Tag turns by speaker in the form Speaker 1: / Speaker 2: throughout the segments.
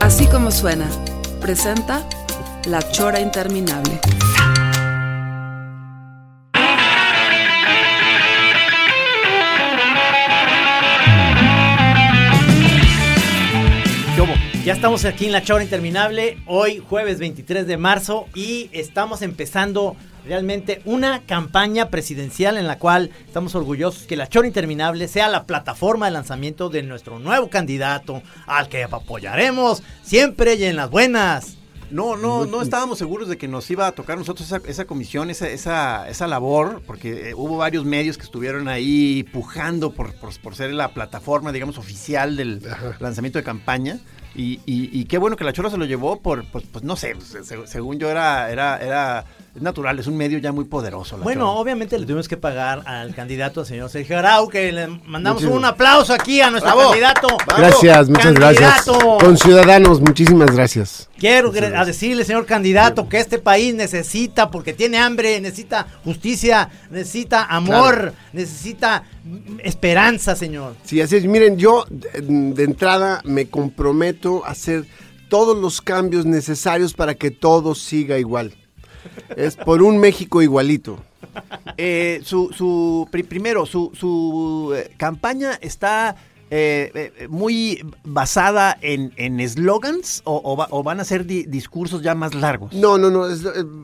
Speaker 1: Así como suena, presenta La Chora Interminable.
Speaker 2: ¿Qué hubo? Ya estamos aquí en la chora interminable, hoy jueves 23 de marzo y estamos empezando realmente una campaña presidencial en la cual estamos orgullosos que la chora interminable sea la plataforma de lanzamiento de nuestro nuevo candidato al que apoyaremos siempre y en las buenas.
Speaker 3: No, no, no estábamos seguros de que nos iba a tocar a nosotros esa, esa comisión, esa, esa, esa labor, porque eh, hubo varios medios que estuvieron ahí pujando por, por, por ser la plataforma, digamos, oficial del lanzamiento de campaña. Y, y- y qué bueno que la Chora se lo llevó por, pues, pues, no sé, se- se- según yo era, era, era natural, es un medio ya muy poderoso. La
Speaker 2: Bueno,
Speaker 3: Chora.
Speaker 2: obviamente le tuvimos que pagar al candidato, al señor Sergio Arau, que le mandamos
Speaker 3: Muchísimas-
Speaker 2: un aplauso aquí a nuestro
Speaker 3: Bravo.
Speaker 2: candidato.
Speaker 3: Bravo.
Speaker 4: Gracias, muchas gracias.
Speaker 2: Candidato.
Speaker 4: Con ciudadanos, muchísimas gracias.
Speaker 2: Quiero gre- a decirle, señor candidato, que este país necesita, porque tiene hambre, necesita justicia, necesita amor, necesita mm, esperanza, señor.
Speaker 4: Sí, así es. Miren, yo de- de entrada me comprometo a hacer todos los cambios necesarios para que todo siga igual. Es por un México igualito.
Speaker 3: Eh, su, su pri- primero, su, su, eh, campaña está eh, eh, eh, muy basada en, en eslogans o, o va- o van a ser di- discursos ya más largos.
Speaker 4: No, no, no, es,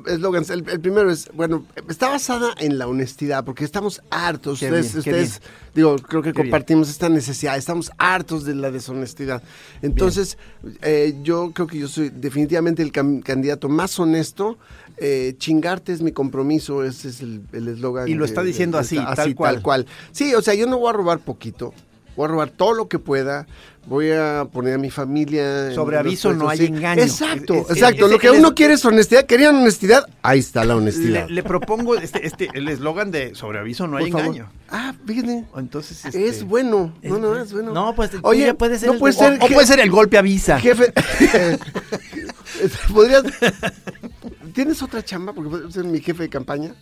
Speaker 4: es Logan. El, el primero es, bueno, está basada en la honestidad, porque estamos hartos.
Speaker 3: Qué
Speaker 4: ustedes,
Speaker 3: bien, qué
Speaker 4: ustedes, digo, creo que
Speaker 3: Qué bien.
Speaker 4: compartimos esta necesidad. Estamos hartos de la deshonestidad. Entonces, eh, yo creo que yo soy definitivamente el cam- candidato más honesto. Eh, chingarte es mi compromiso, ese es el el eslogan.
Speaker 3: Y lo
Speaker 4: de-
Speaker 3: está
Speaker 4: de-
Speaker 3: diciendo
Speaker 4: de
Speaker 3: así,
Speaker 4: esta-
Speaker 3: tal cual.
Speaker 4: tal cual. Sí, o sea, yo no voy a robar poquito. Voy a robar todo lo que pueda. Voy a poner a mi familia. en
Speaker 3: Sobre
Speaker 4: los
Speaker 3: aviso no
Speaker 4: puestos,
Speaker 3: hay engaño.
Speaker 4: Exacto,
Speaker 3: Es- es-
Speaker 4: exacto.
Speaker 3: es-
Speaker 4: lo que
Speaker 3: es-
Speaker 4: uno quiere es honestidad. Querían honestidad. Ahí está la honestidad.
Speaker 3: Le, le propongo este, este, el eslogan de sobreaviso no hay
Speaker 4: Por favor.
Speaker 3: engaño.
Speaker 4: Ah, fíjate.
Speaker 3: Entonces,
Speaker 4: Es
Speaker 3: este,
Speaker 4: bueno.
Speaker 2: Pues, es
Speaker 4: No, no,
Speaker 2: bueno.
Speaker 4: es bueno.
Speaker 2: No, pues, tú
Speaker 4: Oye,
Speaker 2: ya puedes ser
Speaker 4: no
Speaker 2: el
Speaker 4: puede
Speaker 2: de-
Speaker 4: ser.
Speaker 3: O, o
Speaker 4: je-
Speaker 3: puede ser el golpe avisa.
Speaker 4: Jefe. Podrías. ¿Tienes otra chamba? Porque puedes ser mi jefe de campaña.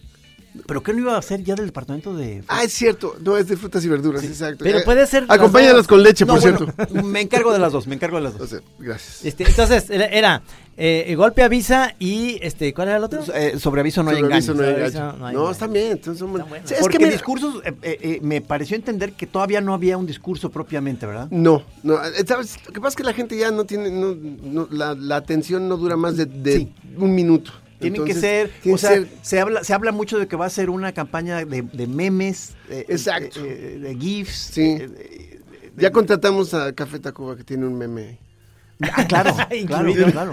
Speaker 3: ¿Pero qué no iba a hacer ya del departamento de...
Speaker 4: Ah, es cierto. No, es de frutas y verduras, exacto.
Speaker 2: Pero
Speaker 4: Eh,
Speaker 2: puede ser las
Speaker 4: Acompáñalas
Speaker 2: dos.
Speaker 4: con leche,
Speaker 3: No,
Speaker 4: por
Speaker 3: bueno,
Speaker 4: cierto.
Speaker 3: me encargo de las dos, me encargo de las
Speaker 4: O
Speaker 3: dos.
Speaker 4: sea, gracias.
Speaker 2: Este, entonces, era- era eh, el golpe avisa y este, ¿cuál era el otro?
Speaker 3: Eh, sobreaviso no hay
Speaker 4: Sobre aviso
Speaker 3: engaño.
Speaker 4: no hay
Speaker 2: Sobre aviso
Speaker 4: engaño.
Speaker 2: no hay
Speaker 4: No,
Speaker 2: engaño.
Speaker 4: están bien. entonces son buenos.
Speaker 2: buenos.
Speaker 4: Sí,
Speaker 3: Porque
Speaker 4: mira-
Speaker 3: discursos, eh, eh, eh, me pareció entender que todavía no había un discurso propiamente, ¿verdad?
Speaker 4: No, no, eh, ¿sabes? Lo que pasa es que la gente ya no tiene, no, no- la, la atención no dura más de, de
Speaker 3: Sí.
Speaker 4: un minuto.
Speaker 3: Tienen
Speaker 4: Entonces,
Speaker 3: que ser,
Speaker 4: tiene
Speaker 3: o
Speaker 4: que
Speaker 3: sea,
Speaker 4: ser-
Speaker 3: se habla se habla mucho de que va a ser una campaña de, de memes, eh,
Speaker 4: Exacto.
Speaker 3: eh, eh, de gifs.
Speaker 4: Sí.
Speaker 3: eh, eh, eh,
Speaker 4: ya contratamos a Café Tacuba que tiene un meme.
Speaker 3: Ah, claro, claro,
Speaker 2: Incluido.
Speaker 3: claro.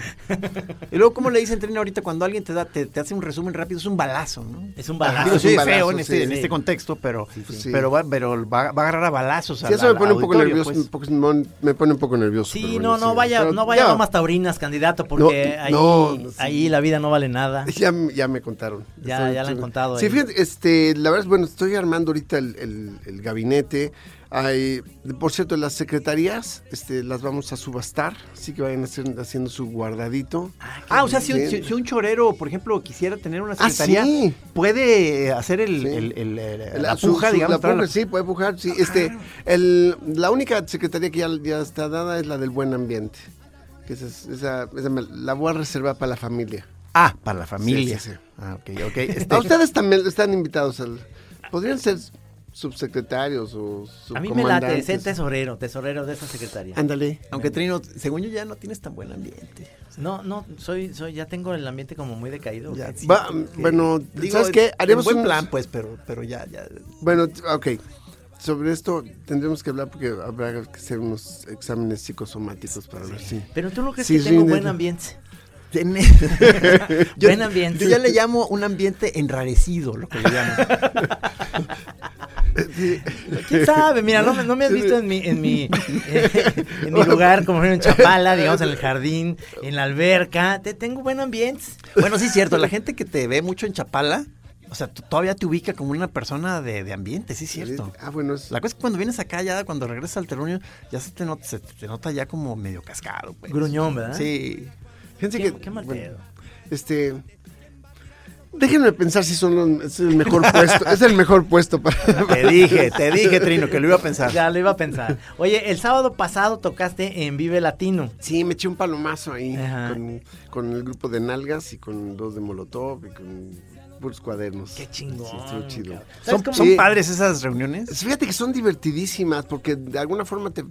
Speaker 3: Y luego, ¿cómo le dicen, Trina, ahorita cuando alguien te da, te, te hace un resumen rápido? Es un balazo, ¿no?
Speaker 2: Es un
Speaker 4: Ah,
Speaker 2: balazo.
Speaker 3: Digo,
Speaker 4: es
Speaker 3: sí,
Speaker 4: un
Speaker 3: es
Speaker 4: balazo,
Speaker 3: feo en, este,
Speaker 4: sí,
Speaker 3: en
Speaker 2: sí.
Speaker 3: este contexto, pero,
Speaker 4: sí.
Speaker 3: pero, va, pero va, va a agarrar a balazos a
Speaker 4: Sí, eso
Speaker 3: la-
Speaker 4: me pone
Speaker 3: al
Speaker 4: un poco
Speaker 3: auditorio,
Speaker 4: nervioso,
Speaker 3: pues.
Speaker 4: un poco- mon- me pone un poco nervioso.
Speaker 2: Sí,
Speaker 4: pero
Speaker 2: no,
Speaker 4: bueno,
Speaker 2: no
Speaker 4: sí.
Speaker 2: vaya,
Speaker 4: Pero
Speaker 2: no vaya
Speaker 4: ya-
Speaker 2: nomás taurinas, candidato, porque
Speaker 4: No,
Speaker 2: ahí,
Speaker 4: no, no, sí.
Speaker 2: ahí la vida no vale nada.
Speaker 4: pues Ya, ya me contaron.
Speaker 2: Ya- ya la han contado
Speaker 4: Sí,
Speaker 2: ahí.
Speaker 4: fíjate, este, la verdad es, bueno, estoy armando ahorita el, el- el gabinete. Hay, por cierto, las secretarías este, las vamos a subastar, así que vayan a hacer- haciendo su guardadito.
Speaker 3: Ah, o sea, si un,
Speaker 4: Bien.
Speaker 3: si- si un chorero, por ejemplo, quisiera tener una
Speaker 4: Ah,
Speaker 3: secretaría,
Speaker 4: sí.
Speaker 3: puede eh, hacer el,
Speaker 4: Sí.
Speaker 3: el- el- el-
Speaker 4: La
Speaker 3: la
Speaker 4: su-
Speaker 3: puja,
Speaker 4: su-
Speaker 3: digamos.
Speaker 4: la
Speaker 3: entrar a la-
Speaker 4: puja, sí, puede pujar. Sí, este, el, la única secretaría que ya, ya está dada es la del buen ambiente. Que esa, es- esa, esa me- la voy a reservar para la familia.
Speaker 3: Ah, para la familia.
Speaker 4: Sí, sí, sí.
Speaker 3: Ah, ok, ok. Este,
Speaker 4: A ustedes también están invitados. al- podrían ser subsecretarios o
Speaker 2: A mí me late,
Speaker 4: subcomandantes.
Speaker 2: ser tesorero, tesorero de esa secretaría.
Speaker 4: Ándale.
Speaker 3: aunque Trino, según yo ya no tienes tan buen ambiente.
Speaker 2: No, no, soy, soy, ya tengo el ambiente como muy decaído.
Speaker 3: Ya,
Speaker 2: Sí.
Speaker 3: sí,
Speaker 4: Va,
Speaker 3: porque-
Speaker 4: bueno, ¿sabes qué?
Speaker 3: en
Speaker 4: Haremos
Speaker 3: buen
Speaker 4: un-
Speaker 3: plan, pues, pero, pero ya, ya.
Speaker 4: Bueno, t- ok. Sobre esto tendremos que hablar porque habrá que hacer unos exámenes psicosomáticos para ver si.
Speaker 2: Pero tú no crees
Speaker 4: Sí,
Speaker 2: que tengo
Speaker 4: sí,
Speaker 2: buen
Speaker 4: de-
Speaker 2: ambiente.
Speaker 3: Yo-
Speaker 2: Buen ambiente.
Speaker 3: Yo ya le llamo un ambiente enrarecido, lo que le llamo.
Speaker 4: Sí.
Speaker 2: ¿Quién sabe? Mira, no, me- no me has visto en mi, en mi, en mi lugar, como en Chapala, digamos, en el jardín, en la alberca. Te tengo buen ambiente.
Speaker 3: Bueno, sí es cierto, la gente que te ve mucho en Chapala, o sea, tú todavía te ubica como una persona de, de ambiente, sí es cierto.
Speaker 4: Ah, bueno, es-
Speaker 3: La cosa es que cuando vienes acá, ya cuando regresas al terruño, ya se te nota, se te nota ya como medio cascado. Pues.
Speaker 2: Gruñón, ¿verdad?
Speaker 3: Sí.
Speaker 4: fíjense
Speaker 2: Qué,
Speaker 4: que,
Speaker 2: qué mal
Speaker 4: bueno,
Speaker 2: pedo.
Speaker 4: este, déjenme pensar si son los- es el mejor puesto, es el mejor puesto para.
Speaker 3: Te dije, te dije, Trino, que lo iba a pensar.
Speaker 2: Ya lo iba a pensar. Oye, el sábado pasado tocaste en Vive Latino.
Speaker 4: Sí, me eché un palomazo ahí
Speaker 2: Ajá.
Speaker 4: con, con el grupo de nalgas y con dos de Molotov y con puros cuadernos.
Speaker 2: Qué chingón,
Speaker 4: Sí, estuvo chido.
Speaker 2: cabrón. ¿Sabes
Speaker 3: ¿Son,
Speaker 2: cómo-
Speaker 3: son
Speaker 4: Sí.
Speaker 3: padres esas reuniones?
Speaker 4: Fíjate que son divertidísimas porque de alguna forma te,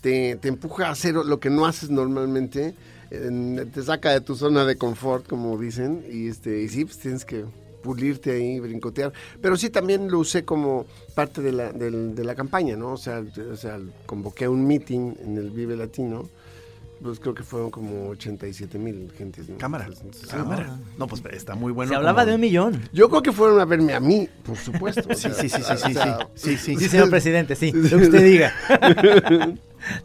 Speaker 4: te- te empuja a hacer lo que no haces normalmente. en- te saca de tu zona de confort, como dicen. Y, este, y sí, pues tienes que pulirte ahí, brincotear. Pero sí, también lo usé como parte de la, del- de la campaña, ¿no? O sea, o sea, convoqué un meeting en el Vive Latino. Pues creo que fueron como 87 mil gentes. ¿no? Pues,
Speaker 3: Cámara.
Speaker 4: Entonces,
Speaker 3: Cámara. No, pues está muy bueno.
Speaker 2: Se hablaba
Speaker 3: como-
Speaker 2: de un millón.
Speaker 4: Yo creo que fueron a verme a mí, por supuesto. o
Speaker 3: Sí,
Speaker 4: sea,
Speaker 3: sí, sí,
Speaker 4: o
Speaker 3: sí, sí,
Speaker 4: sea,
Speaker 3: sí, sí,
Speaker 2: Sí,
Speaker 3: sí.
Speaker 2: señor presidente, sí, lo que usted diga.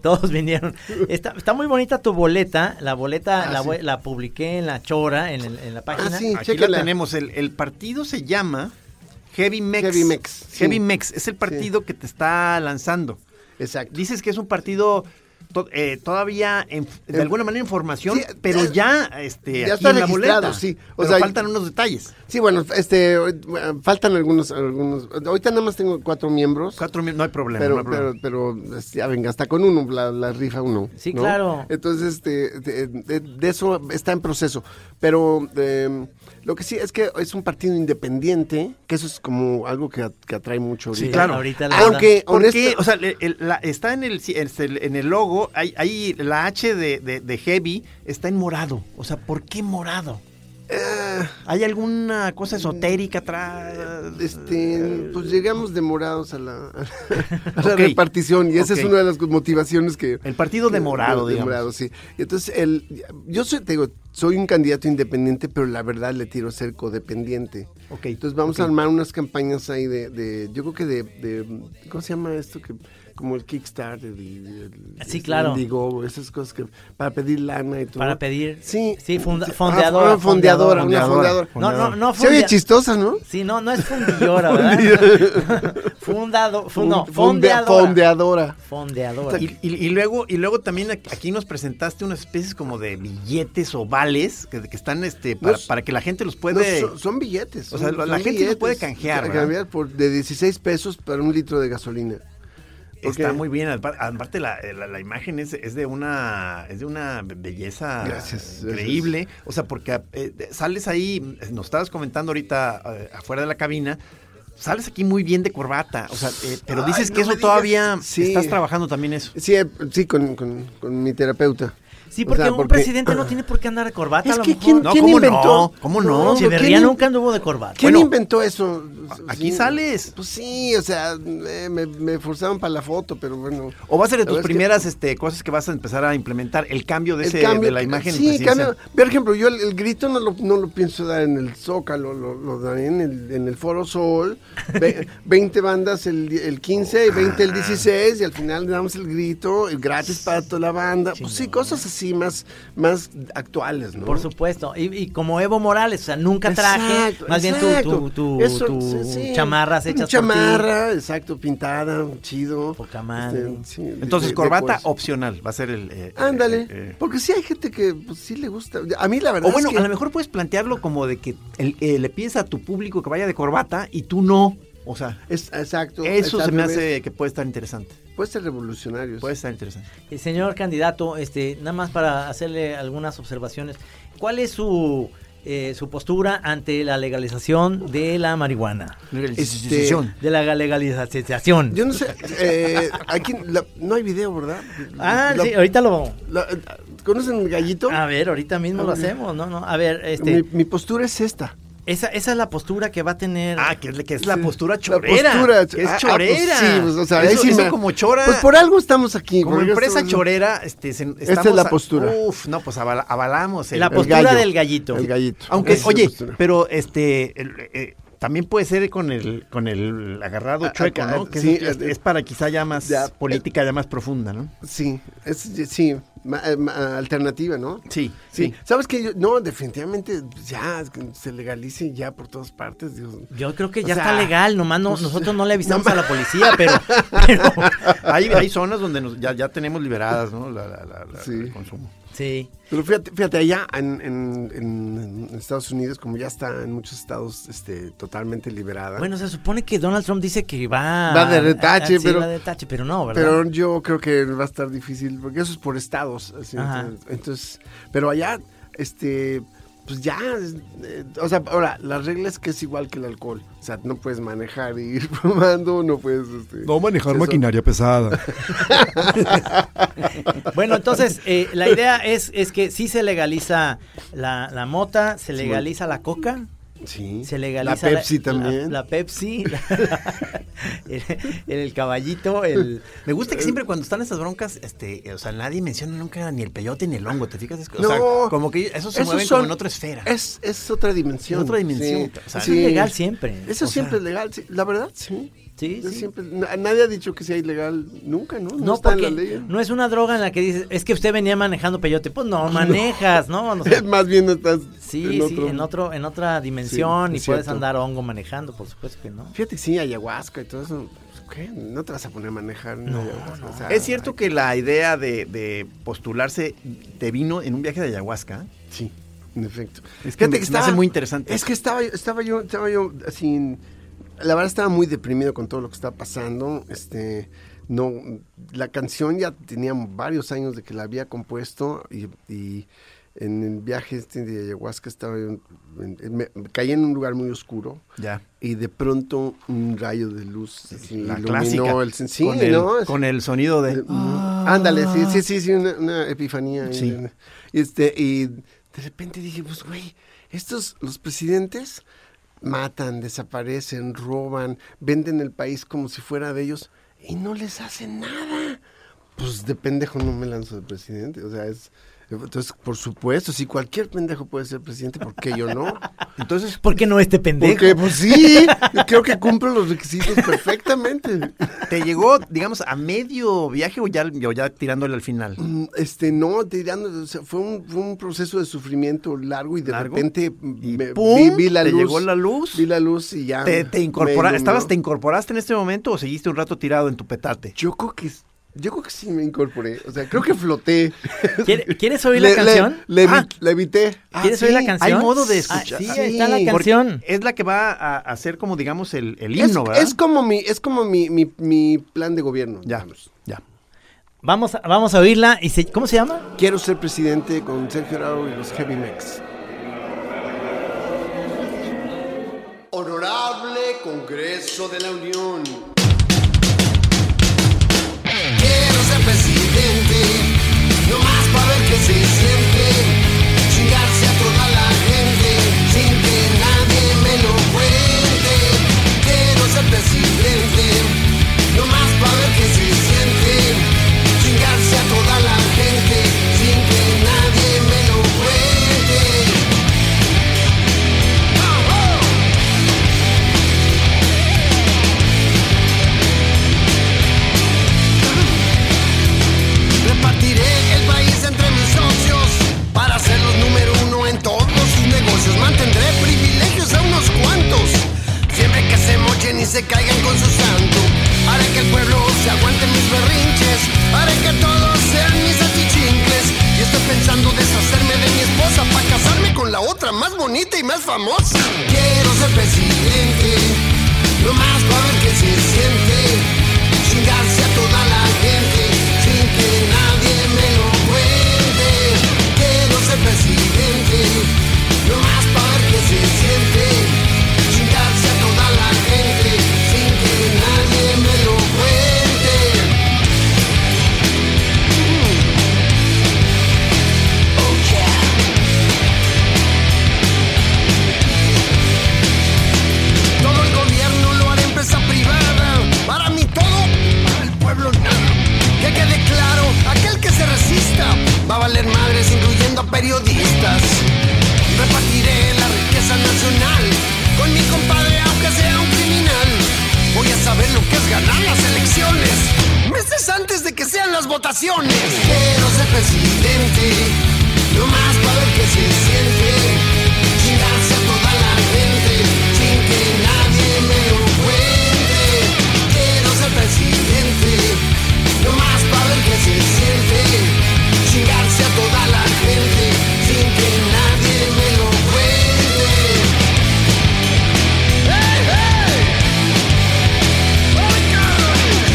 Speaker 2: Todos vinieron. Está, está muy bonita tu boleta. La boleta
Speaker 4: Ah,
Speaker 2: la,
Speaker 4: sí.
Speaker 2: voy- la publiqué en la chora, en, el- en la página.
Speaker 4: sí.
Speaker 3: Aquí la
Speaker 4: Chéquela.
Speaker 3: tenemos. El, el partido se llama Heavy Mex.
Speaker 4: Heavy Mex, sí.
Speaker 3: Heavy Mex. Es el partido que te está lanzando.
Speaker 4: Exacto.
Speaker 3: Dices que es un partido to- eh, todavía en- de
Speaker 4: Eh,
Speaker 3: alguna manera en formación,
Speaker 4: sí,
Speaker 3: pero
Speaker 4: eh,
Speaker 3: ya, este,
Speaker 4: ya
Speaker 3: aquí
Speaker 4: está
Speaker 3: en la boleta.
Speaker 4: registrado, sí. O
Speaker 3: Pero
Speaker 4: sea,
Speaker 3: faltan unos detalles.
Speaker 4: Sí, bueno, este, hoy- bueno, faltan algunos, algunos. Ahorita nada más tengo cuatro miembros.
Speaker 3: Cuatro mil, no hay problema. no
Speaker 4: Pero,
Speaker 3: hay problema.
Speaker 4: pero, pero, es- ya venga, hasta con uno, la, la rifa uno.
Speaker 2: Sí,
Speaker 4: ¿no?
Speaker 2: claro.
Speaker 4: Entonces, este, de, de- de eso está en proceso. Pero eh, lo que sí es que es un partido independiente, que eso es como algo que, at- que atrae mucho
Speaker 2: Sí,
Speaker 4: ahorita.
Speaker 3: claro.
Speaker 2: Ahorita la
Speaker 4: Aunque,
Speaker 3: Porque,
Speaker 4: eh, honesto-
Speaker 3: o sea, le- el- la- está en el, el- en el logo, hay, hay la H de, de- de Heavy, está en morado. O sea, ¿por qué morado?
Speaker 4: Eh.
Speaker 3: ¿Hay alguna cosa esotérica atrás?
Speaker 4: Este, pues llegamos demorados a la, a la- a la
Speaker 3: Ok.
Speaker 4: repartición y esa
Speaker 3: Ok.
Speaker 4: es una de las motivaciones que...
Speaker 3: El partido
Speaker 4: que-
Speaker 3: demorado,
Speaker 4: de-
Speaker 3: digamos.
Speaker 4: demorado, sí. Y entonces, el, yo soy, te digo, soy un candidato independiente, pero la verdad le tiro a ser codependiente.
Speaker 3: Ok,
Speaker 4: Entonces vamos a armar unas campañas ahí de, de- yo creo que de, de- ¿cómo se llama esto? que Como el Kickstarter y el,
Speaker 2: Sí,
Speaker 4: el
Speaker 2: claro.
Speaker 4: Indiegogo, esas cosas que, para pedir lana y todo.
Speaker 2: Para pedir.
Speaker 4: Sí.
Speaker 2: Sí, funda-
Speaker 4: Ah,
Speaker 2: fondeadora,
Speaker 4: una fondeadora, una
Speaker 3: fondeadora.
Speaker 4: fondeadora.
Speaker 2: No, no, no.
Speaker 4: Se oye
Speaker 2: fundea-
Speaker 4: chistosa, ¿no?
Speaker 2: Sí, no, no es fundillora, ¿verdad? Fundado, fun- no,
Speaker 4: Fun- fondea-
Speaker 2: fondeadora.
Speaker 4: fondeadora.
Speaker 2: Fondeadora.
Speaker 3: Y, y- y luego, y luego también aquí- aquí nos presentaste unas especies como de billetes ovales que, que están este para,
Speaker 4: No es-
Speaker 3: para que la gente los
Speaker 4: No,
Speaker 3: puede.
Speaker 4: son, son billetes.
Speaker 3: O sea,
Speaker 4: son-
Speaker 3: la- la
Speaker 4: son
Speaker 3: gente lo
Speaker 4: billetes.
Speaker 3: puede canjear,
Speaker 4: Ca-
Speaker 3: ¿verdad?
Speaker 4: Cambiar por de 16 pesos para un litro de gasolina.
Speaker 3: Está
Speaker 4: Ok.
Speaker 3: muy bien, apar- aparte la, eh, la- la imagen es, es de una es de una belleza
Speaker 4: Gracias,
Speaker 3: increíble, o sea, porque eh, sales ahí, nos estabas comentando ahorita eh, afuera de la cabina, sales aquí muy bien de corbata, o sea, eh, pero
Speaker 4: Ay,
Speaker 3: dices
Speaker 4: no
Speaker 3: que
Speaker 4: me
Speaker 3: eso
Speaker 4: digas.
Speaker 3: todavía
Speaker 4: Sí.
Speaker 3: estás trabajando también eso.
Speaker 4: Sí, eh, sí con, con- con mi terapeuta.
Speaker 2: Sí,
Speaker 4: O
Speaker 2: porque
Speaker 4: sea,
Speaker 2: un presidente no tiene por qué andar de corbata.
Speaker 4: Es
Speaker 2: a lo
Speaker 4: que
Speaker 2: mejor.
Speaker 4: ¿quién,
Speaker 3: No,
Speaker 4: quién
Speaker 3: ¿cómo no?
Speaker 4: inventó?
Speaker 3: ¿Cómo no?
Speaker 4: pero
Speaker 2: Echeverría
Speaker 4: ¿quién in-
Speaker 2: nunca anduvo de corbata.
Speaker 4: ¿Quién
Speaker 3: Bueno,
Speaker 4: inventó eso?
Speaker 3: a- aquí sales.
Speaker 4: Pues sí, o sea, eh, me, me forzaron para la foto, pero bueno.
Speaker 3: O va a ser de
Speaker 4: La
Speaker 3: tus
Speaker 4: verdad es que-
Speaker 3: primeras este, cosas que vas a empezar a implementar, el cambio de,
Speaker 4: el
Speaker 3: ese,
Speaker 4: cambio-
Speaker 3: de la imagen
Speaker 4: Sí,
Speaker 3: presidencial.
Speaker 4: cambio. Por ejemplo, yo el, el grito no lo, no lo pienso dar en el Zócalo, lo, lo daré en el, en el Foro Sol. Ve- 20 bandas el, di- el 15 y 20
Speaker 2: Ah.
Speaker 4: el 16 y al final le damos el grito, el gratis para toda la banda. Pues sí, cosas así más, más actuales, ¿no?
Speaker 2: Por supuesto. Y, y como Evo Morales, o sea, nunca traje.
Speaker 4: Exacto,
Speaker 2: más bien
Speaker 4: exacto.
Speaker 2: tu, tu, tu,
Speaker 4: Eso,
Speaker 2: tu
Speaker 4: sí, sí.
Speaker 2: chamarras
Speaker 4: Tu
Speaker 2: hechas por ti.
Speaker 4: chamarra, exacto, pintada, chido. Este,
Speaker 2: Poca madre.
Speaker 4: sí, de-
Speaker 3: Entonces,
Speaker 4: de- de
Speaker 3: corbata
Speaker 4: cuerzo.
Speaker 3: opcional, va a ser el... eh, eh,
Speaker 4: Ándale,
Speaker 3: eh, eh.
Speaker 4: porque sí hay gente que pues, sí le gusta. A mí la verdad
Speaker 3: O bueno,
Speaker 4: es que...
Speaker 3: a lo mejor puedes plantearlo como de que el- eh, le pides a tu público que vaya de corbata y tú no. O sea,
Speaker 4: Es- exacto.
Speaker 3: eso
Speaker 4: es
Speaker 3: se
Speaker 4: al
Speaker 3: me
Speaker 4: revés.
Speaker 3: hace que puede estar interesante.
Speaker 4: Puede ser revolucionarios.
Speaker 3: Puede estar interesante.
Speaker 2: Eh, Señor candidato, este, nada más para hacerle algunas observaciones. ¿Cuál es su, eh, su postura ante la legalización de la marihuana?
Speaker 3: Este, Legalización.
Speaker 2: De la legalización.
Speaker 4: Yo no sé. eh, aquí la- no hay video, ¿verdad?
Speaker 2: ah,
Speaker 4: La-
Speaker 2: sí, ahorita lo.
Speaker 4: la- ¿Conocen el gallito?
Speaker 2: A ver, ahorita mismo lo
Speaker 4: Ah, bien.
Speaker 2: hacemos, ¿no? no A ver,
Speaker 4: mi,
Speaker 2: este,
Speaker 4: mi postura es esta.
Speaker 2: esa, esa es la postura que va a tener.
Speaker 3: Ah, que es, que es la
Speaker 4: Sí.
Speaker 3: postura chorera.
Speaker 4: La postura
Speaker 3: que es
Speaker 4: ah, ah, pues
Speaker 3: chorera.
Speaker 4: sí, pues, o sea, ahí
Speaker 3: eso,
Speaker 4: sí
Speaker 3: eso
Speaker 4: me-
Speaker 3: como chora.
Speaker 4: Pues por algo estamos aquí.
Speaker 3: como
Speaker 4: porque
Speaker 3: empresa
Speaker 4: estamos-
Speaker 3: chorera, este, se-
Speaker 4: es la postura.
Speaker 3: Uf, no, pues avala- avalamos. el-
Speaker 2: La
Speaker 3: el
Speaker 2: postura
Speaker 4: gallo,
Speaker 2: del gallito.
Speaker 4: El gallito.
Speaker 3: Aunque,
Speaker 4: Esa es la
Speaker 3: oye,
Speaker 4: postura.
Speaker 3: pero este, el- eh, También puede ser con el, con el agarrado
Speaker 4: Ah,
Speaker 3: chueco,
Speaker 4: ah,
Speaker 3: ¿no? Que
Speaker 4: sí,
Speaker 3: es,
Speaker 4: eh,
Speaker 3: es para quizá ya más
Speaker 4: ya, eh,
Speaker 3: política, ya más profunda, ¿no?
Speaker 4: Sí, es, sí, ma- eh, ma- alternativa, ¿no?
Speaker 3: Sí,
Speaker 4: Sí,
Speaker 3: sí.
Speaker 4: ¿sabes qué? Yo- No, definitivamente ya es que se legalice ya por todas partes. Dios.
Speaker 2: Yo creo que
Speaker 4: O
Speaker 2: ya
Speaker 4: sea,
Speaker 2: está legal, nomás no-
Speaker 4: pues,
Speaker 2: nosotros no le avisamos
Speaker 4: no
Speaker 2: a la policía, pero, pero-
Speaker 3: Hay, hay zonas donde nos- ya, ya tenemos liberadas, ¿no? La, la- la- la-
Speaker 4: Sí.
Speaker 3: El consumo.
Speaker 2: sí.
Speaker 4: Pero fíjate, fíjate allá en, en- en- en Estados Unidos, como ya está en muchos estados este, totalmente liberada.
Speaker 2: Bueno, se supone que Donald Trump dice que va
Speaker 4: Va de retache,
Speaker 2: Ah, sí,
Speaker 4: pero-
Speaker 2: va de retache, pero no, ¿verdad?
Speaker 4: pero yo creo que va a estar difícil, porque eso es por estados. así,
Speaker 2: Ajá.
Speaker 4: entonces, entonces, pero allá, este, pues ya, es- eh, o sea, ahora, la regla es que es igual que el alcohol. O sea, no puedes manejar y ir fumando, no puedes... Este,
Speaker 5: No manejar
Speaker 4: eso-
Speaker 5: maquinaria pesada.
Speaker 2: Bueno, entonces, eh, la idea es, es que sí se legaliza la, la mota, se legaliza la coca,
Speaker 4: Sí.
Speaker 2: se legaliza...
Speaker 4: La Pepsi también.
Speaker 2: La, Pepsi, la- el, el caballito, el...
Speaker 3: Me gusta que siempre cuando están esas broncas, este, o sea, nadie menciona nunca ni el peyote ni el hongo, ¿te fijas? Es que- O sea,
Speaker 4: No.
Speaker 3: como que eso se
Speaker 4: Esos
Speaker 3: mueven
Speaker 4: son-
Speaker 3: como en otra esfera.
Speaker 4: Es, es otra dimensión.
Speaker 3: Otra dimensión,
Speaker 4: Sí.
Speaker 3: o sea,
Speaker 4: Sí.
Speaker 2: Eso es legal siempre.
Speaker 4: Eso
Speaker 3: o
Speaker 4: siempre
Speaker 3: sea.
Speaker 4: es legal, sí. la verdad, sí.
Speaker 2: Sí,
Speaker 4: Eso
Speaker 2: sí.
Speaker 4: siempre- na- nadie ha dicho que sea ilegal, nunca, ¿no? No,
Speaker 2: No,
Speaker 4: está en la
Speaker 2: porque
Speaker 4: ley.
Speaker 2: no es una droga en la que dices, es que usted venía manejando peyote. Pues no, manejas, ¿no? O sea,
Speaker 4: Más bien estás
Speaker 2: sí, sí, en, otro, en otra dimensión
Speaker 4: Sí,
Speaker 2: y
Speaker 4: es
Speaker 2: puedes
Speaker 4: cierto.
Speaker 2: andar hongo manejando, por supuesto que no.
Speaker 4: Fíjate, sí, ayahuasca y todo eso. pues, ¿Qué? No te vas a poner a manejar. No,
Speaker 3: ¿Es cierto que la idea de, de postularse te vino en un viaje de ayahuasca?
Speaker 4: Sí, en efecto.
Speaker 3: Es que me- se me hace muy interesante.
Speaker 4: Es que estaba, estaba yo, estaba yo así. La verdad estaba muy deprimido con todo lo que está pasando. Este, no, la canción ya tenía varios años de que la había compuesto y, y en el viaje este de ayahuasca estaba yo, en- en- me- caí en un lugar muy oscuro.
Speaker 3: Ya.
Speaker 4: Y de pronto un rayo de luz así,
Speaker 3: La
Speaker 4: iluminó
Speaker 3: clásica.
Speaker 4: el sen- sí,
Speaker 3: con, el,
Speaker 4: ¿no? Es-
Speaker 3: con el sonido
Speaker 4: eh,
Speaker 3: de...
Speaker 4: mm, Ándale, sí, sí, sí, sí, una, una epifanía. ahí,
Speaker 3: Ah. Sí.
Speaker 4: una- Este, y de repente dije, pues, güey, estos, los presidentes matan, desaparecen, roban, venden el país como si fuera de ellos y no les hacen nada. Pues de pendejo no me lanzo de presidente, o sea, es... Entonces, por supuesto, si cualquier pendejo puede ser presidente, ¿por qué yo no? Entonces,
Speaker 2: ¿Por qué no este pendejo?
Speaker 4: porque pues sí, creo que cumplo los requisitos perfectamente.
Speaker 3: ¿Te llegó, digamos, a medio viaje o ya, o ya tirándole al final?
Speaker 4: Mm, Este, no, tirando, o sea, fue un, fue un proceso de sufrimiento largo y de
Speaker 3: ¿Largo?
Speaker 4: repente mm,
Speaker 3: Y
Speaker 4: me-
Speaker 3: ¡pum!
Speaker 4: vi, vi la
Speaker 3: ¿Te
Speaker 4: luz.
Speaker 3: llegó la luz?
Speaker 4: Vi la luz y ya.
Speaker 3: ¿Te, te
Speaker 4: me
Speaker 3: incorpora-
Speaker 4: iluminó.
Speaker 3: ¿Estabas, ¿Te incorporaste en este momento o seguiste un rato tirado en tu petate?
Speaker 4: Yo creo que, yo creo que sí me incorporé, o sea, creo que floté.
Speaker 2: ¿Quiere- ¿Quieres oír
Speaker 4: Le-
Speaker 2: la
Speaker 4: le-
Speaker 2: canción?
Speaker 4: Le, evi-
Speaker 3: Ah.
Speaker 4: la evité.
Speaker 2: ¿Quieres
Speaker 3: Ah,
Speaker 2: oír
Speaker 3: sí,
Speaker 2: la canción?
Speaker 3: Hay modo de
Speaker 2: Ah,
Speaker 3: escuchar.
Speaker 2: sí,
Speaker 4: Sí,
Speaker 2: ahí está la
Speaker 4: porque
Speaker 3: Porque
Speaker 2: canción.
Speaker 3: Es la que va a, a ser como, digamos, el, el
Speaker 4: Es,
Speaker 3: himno, ¿verdad?
Speaker 4: es como mi, es como mi, mi, mi plan de gobierno.
Speaker 3: Ya,
Speaker 4: digamos.
Speaker 3: ya.
Speaker 2: Vamos a, vamos a oírla. y se- ¿Cómo se llama?
Speaker 4: Quiero ser presidente con Sergio Arau y los Heavy Mex.
Speaker 6: Honorable Congreso de la Unión. Quiero ser presidente, no más para ver qué se siente. Chingarse a toda la gente, sin que nadie me lo cuente. Quiero ser presidente, no más para ver qué se siente. Chingarse a toda la gente, sin que nadie me lo cuente. ¡Ah, oh! Repartiré el país entre mis socios para ser los número uno en todos sus negocios. Mantendré privilegios a unos cuantos, siempre que se mochen y se caigan con su santo. Haré que el pueblo se aguante mis berrinches, haré que todos sean mis achichincles. Y estoy pensando deshacerme de mi esposa para casarme con la otra más bonita y más famosa. Quiero ser presidente. No más para ver qué se siente Chingarse a toda la gente Sin que nadie me lo cuente Quiero ser presidente No más para ver qué se siente Chingarse a toda la gente Sin que nadie me lo cuente Mm. Oh yeah Todo el gobierno lo hará empresa privada. Para mí todo, para el pueblo nada. Que quede claro, aquel que se resista va a valer madres, incluyendo a periodistas. Repartiré la riqueza nacional con mi compadre Auge saber lo que es ganar las elecciones. Meses antes de que sean las votaciones. Quiero ser presidente, no más para ver qué se siente. Chingarse a toda la gente, sin que nadie me lo cuente. Quiero ser presidente, no más para ver qué se siente. Chingarse a toda la gente, sin que nadie me lo cuente. ¡Hey, hey! ¡Oigan!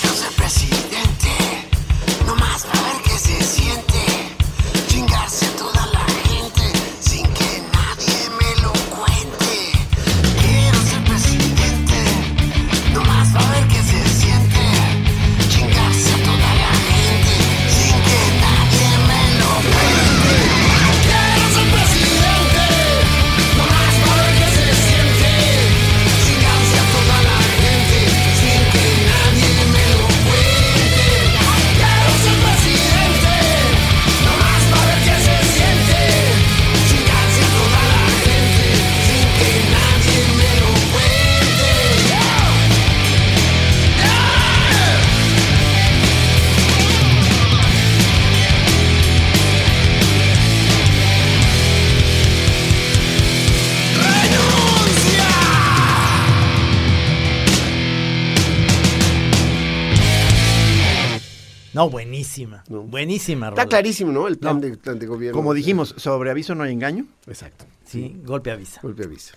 Speaker 6: Quiero ser presidente, nomás para ver qué se siente. Chingarse a toda la gente sin que nadie me lo cuente. Quiero ser presidente, nomás para ver qué se siente. Chingarse a toda la gente sin que nadie me lo cuente. Quiero ser presidente, nomás para ver qué se siente. Chingarse a toda la gente sin que nadie me lo cuente. Quiero ser presidente, nomás para ver qué se siente. Chingarse a toda la gente sin que nadie me lo cuente.
Speaker 2: No, buenísima. Buenísima,
Speaker 4: Está
Speaker 2: rola.
Speaker 4: clarísimo, ¿no? El
Speaker 3: No.
Speaker 4: plan, De, plan de gobierno.
Speaker 3: Como dijimos, sobre aviso no hay engaño.
Speaker 4: Exacto.
Speaker 2: Sí, golpe avisa.
Speaker 4: Golpe avisa.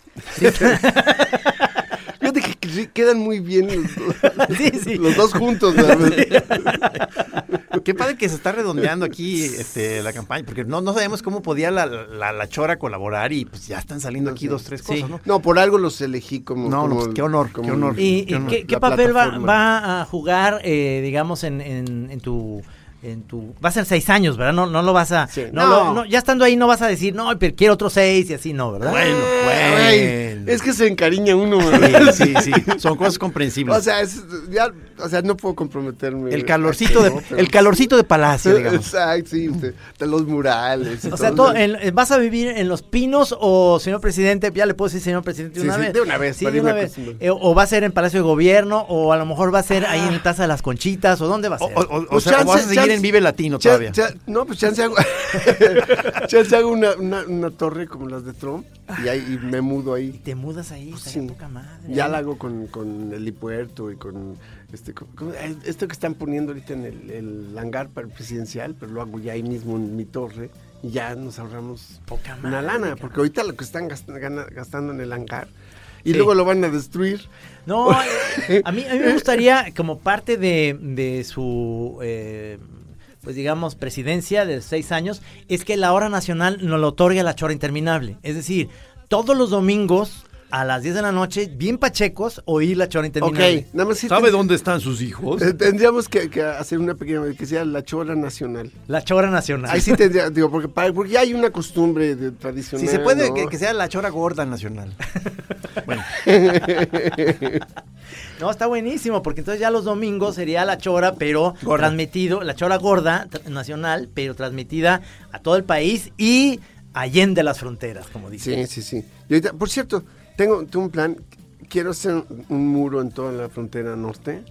Speaker 4: Fíjate que- que quedan muy bien los, dos-
Speaker 2: Sí, sí.
Speaker 4: los dos juntos. ¿verdad?
Speaker 3: Qué padre que se está redondeando aquí este, la campaña, porque no, no sabemos cómo podía la, la, la chora colaborar y pues ya están saliendo aquí dos, tres cosas,
Speaker 2: Sí.
Speaker 3: ¿no?
Speaker 4: No, por algo los elegí como.
Speaker 3: No, no,
Speaker 4: como-
Speaker 3: pues, qué honor, qué honor.
Speaker 2: ¿Y, y
Speaker 3: Yo no-
Speaker 2: qué, qué
Speaker 4: la
Speaker 2: papel va,
Speaker 4: plataforma.
Speaker 2: va a jugar, eh, digamos, en, en- en tu... En tu, va a ser seis años, ¿verdad? No, no lo vas a.
Speaker 4: Sí.
Speaker 2: No,
Speaker 4: No.
Speaker 2: lo- no, ya estando ahí no vas a decir, no, pero quiero otros seis y así, no, ¿verdad?
Speaker 3: Bueno,
Speaker 4: Ay,
Speaker 3: bueno.
Speaker 4: es que se encariña uno. ¿verdad?
Speaker 3: Sí, sí, sí. Son cosas comprensibles.
Speaker 4: O sea, es- ya, o sea, no puedo comprometerme.
Speaker 3: el calorcito de,
Speaker 4: No, pero-
Speaker 3: el calorcito de palacio, digamos.
Speaker 4: Exacto, sí, de, de los murales. y
Speaker 2: O sea,
Speaker 4: todo.
Speaker 2: todo, en- en- ¿vas a vivir en Los Pinos o, señor presidente, ya le puedo decir señor presidente
Speaker 4: Sí,
Speaker 2: una
Speaker 4: sí,
Speaker 2: vez?
Speaker 4: de una vez,
Speaker 2: Sí,
Speaker 4: para
Speaker 2: de
Speaker 4: irme
Speaker 2: una vez.
Speaker 4: acostumbrando.
Speaker 2: Eh, o va a ser en Palacio de Gobierno o a lo mejor va a ser ahí en
Speaker 4: Ah.
Speaker 2: el Plaza de las Conchitas o ¿dónde va a
Speaker 3: O,
Speaker 2: ser?
Speaker 3: o- o- o
Speaker 4: Pues
Speaker 3: sea, o
Speaker 4: chance-
Speaker 3: vas a seguir
Speaker 4: chance-
Speaker 3: en Vive Latino
Speaker 4: Cha-
Speaker 3: todavía.
Speaker 4: cha- no, pues chance hago, chance hago una, una, una torre como las de Trump y, ahí, y me mudo ahí.
Speaker 2: Te mudas ahí, estaría
Speaker 4: pues Sí.
Speaker 2: Pues poca madre. ¿eh?
Speaker 4: Ya la hago con, con el hipuerto y con este con- con- eh, esto que están poniendo ahorita en el, el hangar para el presidencial, pero lo hago ya ahí mismo en mi torre y ya nos ahorramos
Speaker 2: Poca
Speaker 4: una
Speaker 2: madre,
Speaker 4: lana,
Speaker 2: cabrón.
Speaker 4: porque ahorita lo que están gast- gana- gastando en el hangar y
Speaker 2: Sí.
Speaker 4: luego lo van a destruir.
Speaker 2: No, eh, a mí, a mí me gustaría, como parte de, de su, eh, pues digamos, presidencia de seis años, es que la hora nacional nos lo otorgue a la chora interminable. Es decir, todos los domingos a las 10 de la noche, bien pachecos, oír la chora
Speaker 4: Ok,
Speaker 2: interminable.
Speaker 4: nada más sí ten-
Speaker 3: dónde están sus hijos?
Speaker 4: eh, Tendríamos que, que hacer una pequeña que sea la chora nacional.
Speaker 2: La chora nacional.
Speaker 4: Ahí sí tendría, digo, porque, para- porque ya hay una costumbre de- tradicional.
Speaker 3: Si se puede,
Speaker 4: ¿no?
Speaker 3: que, que sea la chora gorda nacional. Bueno,
Speaker 2: No, está buenísimo, porque entonces ya los domingos sería la chora, pero
Speaker 3: Gorda.
Speaker 2: transmitido, la chora gorda tra- nacional, pero transmitida a todo el país y allende las fronteras, como dice.
Speaker 4: Sí, sí, sí. Y ahorita, por cierto, tengo, tengo un plan. Quiero hacer un- un muro en toda la frontera norte.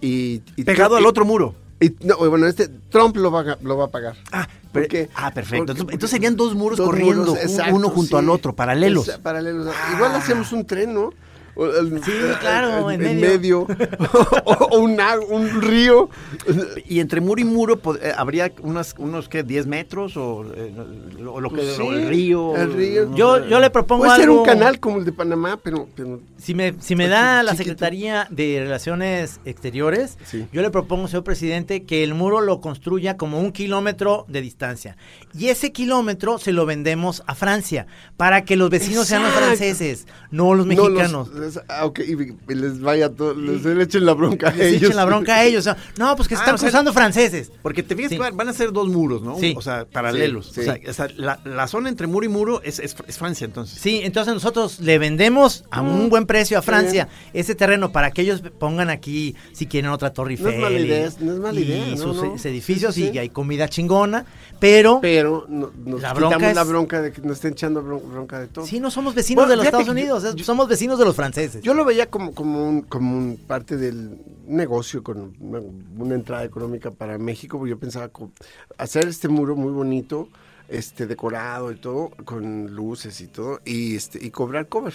Speaker 4: Y, y-
Speaker 3: pegado
Speaker 4: y-
Speaker 3: al otro muro.
Speaker 4: y- no, bueno, este Trump lo va, a- lo va a pagar.
Speaker 3: Ah,
Speaker 4: ¿Por
Speaker 3: per-
Speaker 4: qué?
Speaker 3: ah, perfecto.
Speaker 4: Porque-
Speaker 3: Entonces-
Speaker 4: porque-
Speaker 3: entonces serían dos muros corriendo, un- uno junto al otro, paralelos. Ah.
Speaker 4: Esa- paralelos. Igual hacemos un tren, ¿no? o eh, el-
Speaker 2: Sí, claro, en medio.
Speaker 4: medio, o, o un, ag- un río.
Speaker 3: Y entre muro y muro pod- eh, habría unas, unos, ¿qué? ¿10 metros? ¿O eh, lo, lo que,
Speaker 4: Pues
Speaker 3: o el
Speaker 4: sí,
Speaker 3: río?
Speaker 4: el río.
Speaker 3: no
Speaker 2: Yo,
Speaker 3: sé.
Speaker 2: yo le propongo
Speaker 4: Puede ser
Speaker 2: algo.
Speaker 4: un canal como el de Panamá, pero, pero
Speaker 2: Si me, si me da la
Speaker 4: Chiquito.
Speaker 2: Secretaría de Relaciones Exteriores,
Speaker 4: Sí.
Speaker 2: yo le propongo, señor presidente, que el muro lo construya como un kilómetro de distancia. Y ese kilómetro se lo vendemos a Francia, para que los vecinos sean los
Speaker 4: Exacto.
Speaker 2: franceses, no los
Speaker 4: no los-
Speaker 2: mexicanos.
Speaker 4: les- ah, ok, y- y les vaya todo, les, le echen la bronca a
Speaker 2: Les
Speaker 4: ellos.
Speaker 2: echen la bronca a ellos. o sea, no, pues que se
Speaker 3: Ah,
Speaker 2: están
Speaker 3: o sea,
Speaker 2: cruzando franceses.
Speaker 3: Porque te fijas
Speaker 2: Sí.
Speaker 3: que van- van a ser dos muros, ¿no?
Speaker 2: Sí.
Speaker 3: O sea, paralelos.
Speaker 4: Sí,
Speaker 3: O
Speaker 4: sí.
Speaker 3: sea, o sea, la, la zona entre muro y muro es, es- es Francia, entonces.
Speaker 2: Sí, entonces nosotros le vendemos a
Speaker 4: Mm,
Speaker 2: un buen precio a Francia ese terreno para que ellos pongan aquí, si quieren, otra Torre
Speaker 4: No es
Speaker 2: Eiffel.
Speaker 4: mala
Speaker 2: y-
Speaker 4: idea, no es mala
Speaker 2: y
Speaker 4: idea, no,
Speaker 2: sus
Speaker 4: no.
Speaker 2: eh, edificios
Speaker 4: Sí, sí,
Speaker 2: y
Speaker 4: sí.
Speaker 2: hay comida chingona, pero...
Speaker 4: Pero no- nos
Speaker 2: La bronca
Speaker 4: quitamos
Speaker 2: es-
Speaker 4: la bronca de que nos estén echando bron- bronca de todo.
Speaker 2: Sí, no somos vecinos
Speaker 4: Bueno,
Speaker 2: de los
Speaker 4: fíjate
Speaker 2: Estados
Speaker 4: que yo-
Speaker 2: Unidos, es- somos vecinos de los franceses.
Speaker 4: Yo lo veía como, como, un, como un parte del negocio, con una, una entrada económica para México, porque yo pensaba co- hacer este muro muy bonito, este decorado y todo, con luces y todo, y este y cobrar cover.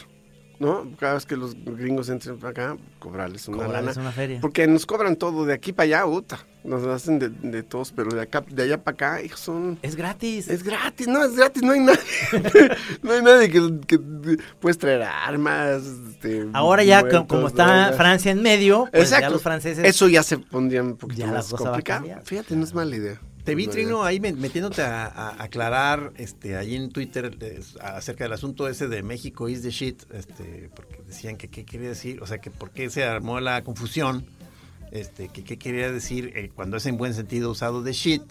Speaker 4: ¿No? Cada vez que los gringos entren para acá, cobrarles una
Speaker 2: Cobrarles
Speaker 4: lana.
Speaker 2: una feria.
Speaker 4: Porque nos cobran todo, de aquí para allá, uta. Nos lo hacen de, de todos, pero de acá, de allá para acá, hijos, son.
Speaker 2: es gratis.
Speaker 4: Es gratis, no, es gratis, no hay nadie. no hay nadie que, que puedes traer armas. este,
Speaker 2: Ahora ya, co-
Speaker 4: muertos,
Speaker 2: como está
Speaker 4: drogas.
Speaker 2: Francia en medio, pues
Speaker 4: Exacto.
Speaker 2: ya los franceses...
Speaker 4: Eso ya se pondría un poquito
Speaker 2: Ya la
Speaker 4: más
Speaker 2: cosa va a
Speaker 4: complicado.
Speaker 2: cambiar.
Speaker 4: Fíjate, no es mala idea.
Speaker 3: Te vi,
Speaker 4: No es mala
Speaker 3: Trino, ahí me- metiéndote a, a aclarar este, ahí en Twitter eh, acerca del asunto ese de México is the shit, este, porque decían que qué quería decir, o sea, que por qué se armó la confusión, este, que qué quería decir eh, cuando es en buen sentido usado de shit.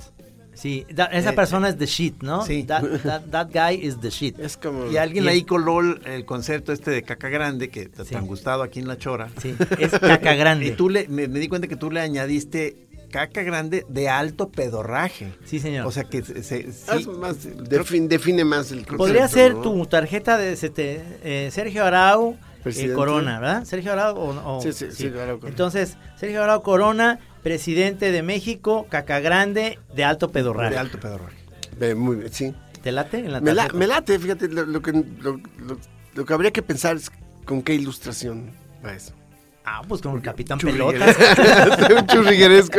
Speaker 2: Sí, da- esa
Speaker 3: Eh,
Speaker 2: persona es the shit, ¿no?
Speaker 3: sí.
Speaker 2: That, that- that guy is the shit.
Speaker 4: idea. Es como.
Speaker 3: Y alguien
Speaker 2: Y-
Speaker 3: ahí coló el, el concepto este de caca grande, que t-
Speaker 2: Sí.
Speaker 3: tan gustado aquí en La Chora.
Speaker 2: Sí, es caca grande.
Speaker 3: Y tú le, me, me di cuenta que tú le añadiste caca grande de alto pedorraje.
Speaker 2: Sí, señor.
Speaker 3: O sea que se, se- sí,
Speaker 4: Haz Ah, más- defin- define más el concepto.
Speaker 2: Podría ser
Speaker 4: ¿no?
Speaker 2: tu tarjeta de este, eh, Sergio Arau eh,
Speaker 4: Presidente.
Speaker 2: Corona, ¿verdad? Sergio Arau o, o-
Speaker 4: Sí, sí, Sergio Arau Corona.
Speaker 2: Entonces, Sergio Arau Corona, presidente de México, caca grande de alto pedorral.
Speaker 3: de alto pedorraje.
Speaker 4: Ve, muy bien, sí.
Speaker 2: ¿Te late en la
Speaker 4: Me, la-
Speaker 2: tarjeta?
Speaker 4: me late, fíjate, lo, lo que, lo, lo- lo que habría que pensar es con qué ilustración va eso.
Speaker 2: Ah, pues con Capitán
Speaker 3: Churrigueres.
Speaker 2: Pelotas.
Speaker 4: un churrigueresco.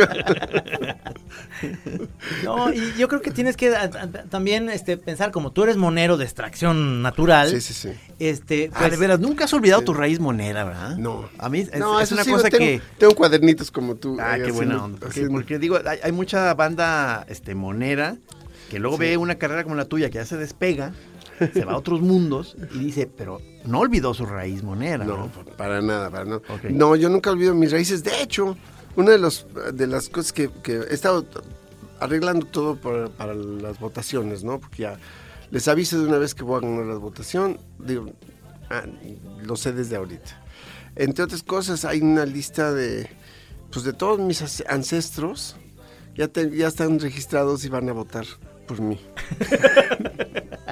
Speaker 2: No, y yo creo que tienes que a- a- también este, pensar como tú eres monero de extracción natural.
Speaker 4: Sí, sí, sí.
Speaker 2: Este,
Speaker 3: Ah, de
Speaker 2: pues,
Speaker 3: veras, nunca has olvidado tu raíz monera, ¿verdad?
Speaker 4: No.
Speaker 3: A mí es,
Speaker 4: No,
Speaker 3: es
Speaker 4: eso
Speaker 3: una
Speaker 4: sí,
Speaker 3: cosa
Speaker 4: tengo,
Speaker 3: que...
Speaker 4: Tengo cuadernitos como tú.
Speaker 3: Ah,
Speaker 4: eh,
Speaker 3: qué
Speaker 4: haciendo-
Speaker 3: buena onda. Porque,
Speaker 4: haciendo-
Speaker 3: porque digo, hay, hay mucha banda este, monera que luego ve una carrera como la tuya que ya se despega, se va a otros mundos y dice, pero no olvidó su raíz monera.
Speaker 4: No,
Speaker 3: ¿no?
Speaker 4: por- para nada, para nada.
Speaker 3: Ok.
Speaker 4: No, yo nunca olvido mis raíces. De hecho, una de, los, de las cosas que, que he estado t- arreglando todo para, para las votaciones, ¿no? Porque ya les aviso de una vez que voy a ganar la votación. Digo, ah, lo sé desde ahorita. Entre otras cosas, hay una lista de, pues, de todos mis as- ancestros. Ya, te- ya están registrados y van a votar por mí.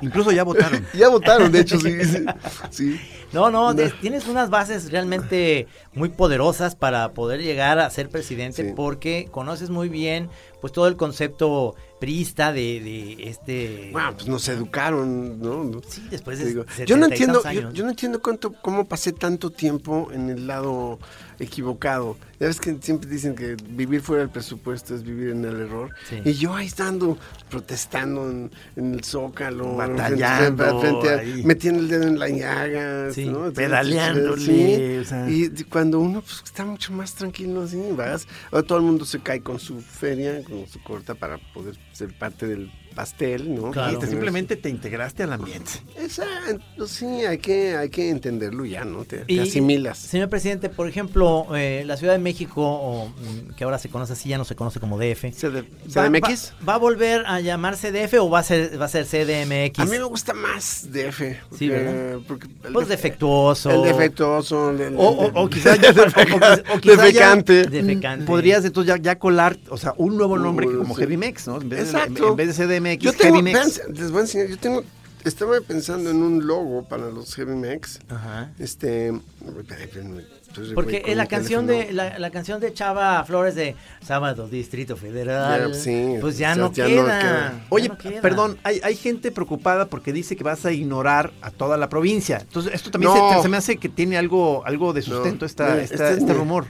Speaker 3: Incluso ya votaron.
Speaker 4: Ya votaron, de hecho, sí. sí, sí.
Speaker 2: no, no, de- tienes unas bases realmente muy poderosas para poder llegar a ser presidente
Speaker 4: Sí.
Speaker 2: porque conoces muy bien pues todo el concepto priista de, de este...
Speaker 4: Bueno, Ah, pues nos educaron, ¿no?
Speaker 2: sí, después
Speaker 4: Te
Speaker 2: de
Speaker 4: digo,
Speaker 2: 70
Speaker 4: yo no
Speaker 2: y
Speaker 4: entiendo,
Speaker 2: tantos
Speaker 4: yo,
Speaker 2: años.
Speaker 4: yo no entiendo cuánto, cómo pasé tanto tiempo en el lado equivocado. Ya ves que siempre dicen que vivir fuera del presupuesto es vivir en el error.
Speaker 2: Sí.
Speaker 4: Y yo ahí estando protestando en, en el zócalo,
Speaker 3: Batallando
Speaker 4: frente- frente a-
Speaker 3: ahí.
Speaker 4: metiendo el dedo en la llaga,
Speaker 2: Sí,
Speaker 4: ¿no?
Speaker 3: pedaleándole,
Speaker 4: Sí.
Speaker 3: o sea.
Speaker 4: Y d- cuando uno pues, está mucho más tranquilo así, vas, ahora todo el mundo se cae con su feria, con su corta para poder ser parte del pastel, ¿no?
Speaker 2: Claro.
Speaker 3: Dijiste,
Speaker 4: Tener-
Speaker 3: simplemente te integraste al ambiente.
Speaker 4: Exacto, sí, hay que, hay que entenderlo ya, ¿no? Te, te
Speaker 2: Y,
Speaker 4: asimilas.
Speaker 2: Señor presidente, por ejemplo, eh, la Ciudad de México, o, mm, que ahora se conoce así, ya no se conoce como DF.
Speaker 4: CD-
Speaker 2: Va-
Speaker 4: ¿CDMX?
Speaker 2: Va, va a volver a llamarse DF o va a ser, va a ser CDMX?
Speaker 4: A mí me gusta más DF. Porque,
Speaker 2: Sí, ¿verdad?
Speaker 4: porque el
Speaker 2: Pues
Speaker 4: def-
Speaker 2: defectuoso.
Speaker 4: El defectuoso. el- el-
Speaker 3: O, o, o
Speaker 4: el-
Speaker 3: quizá ya, o, o- o quizá ya
Speaker 4: defecante.
Speaker 2: Defecante.
Speaker 3: podrías entonces ya, ya colar, o sea, un nuevo nombre que
Speaker 4: Uh,
Speaker 3: como
Speaker 4: sí.
Speaker 3: Heavy Mex, ¿no? En vez, de,
Speaker 4: Exacto.
Speaker 3: en vez de CDMX,
Speaker 4: Yo tengo,
Speaker 3: Heavy Mex.
Speaker 4: vean, les voy a enseñar, yo tengo Estaba pensando en un logo para los Heavy Mex.
Speaker 2: Ajá.
Speaker 4: Este. ay, espérame, estoy re
Speaker 2: Porque
Speaker 4: güey con
Speaker 2: es la
Speaker 4: mi
Speaker 2: canción
Speaker 4: teléfono.
Speaker 2: de la, la canción de Chava Flores de Sábado Distrito Federal.
Speaker 4: Ya, sí,
Speaker 2: pues
Speaker 4: o
Speaker 2: ya,
Speaker 4: sea,
Speaker 2: no,
Speaker 4: ya no
Speaker 2: queda,
Speaker 4: queda.
Speaker 2: ya
Speaker 3: Oye,
Speaker 2: no queda.
Speaker 3: perdón, hay, hay gente preocupada porque dice que vas a ignorar a toda la provincia. Entonces, esto también
Speaker 4: No.
Speaker 3: se, se me hace que tiene algo, algo de sustento
Speaker 4: No,
Speaker 3: esta,
Speaker 4: no,
Speaker 3: esta-
Speaker 4: este es
Speaker 3: este
Speaker 4: mi-
Speaker 3: rumor.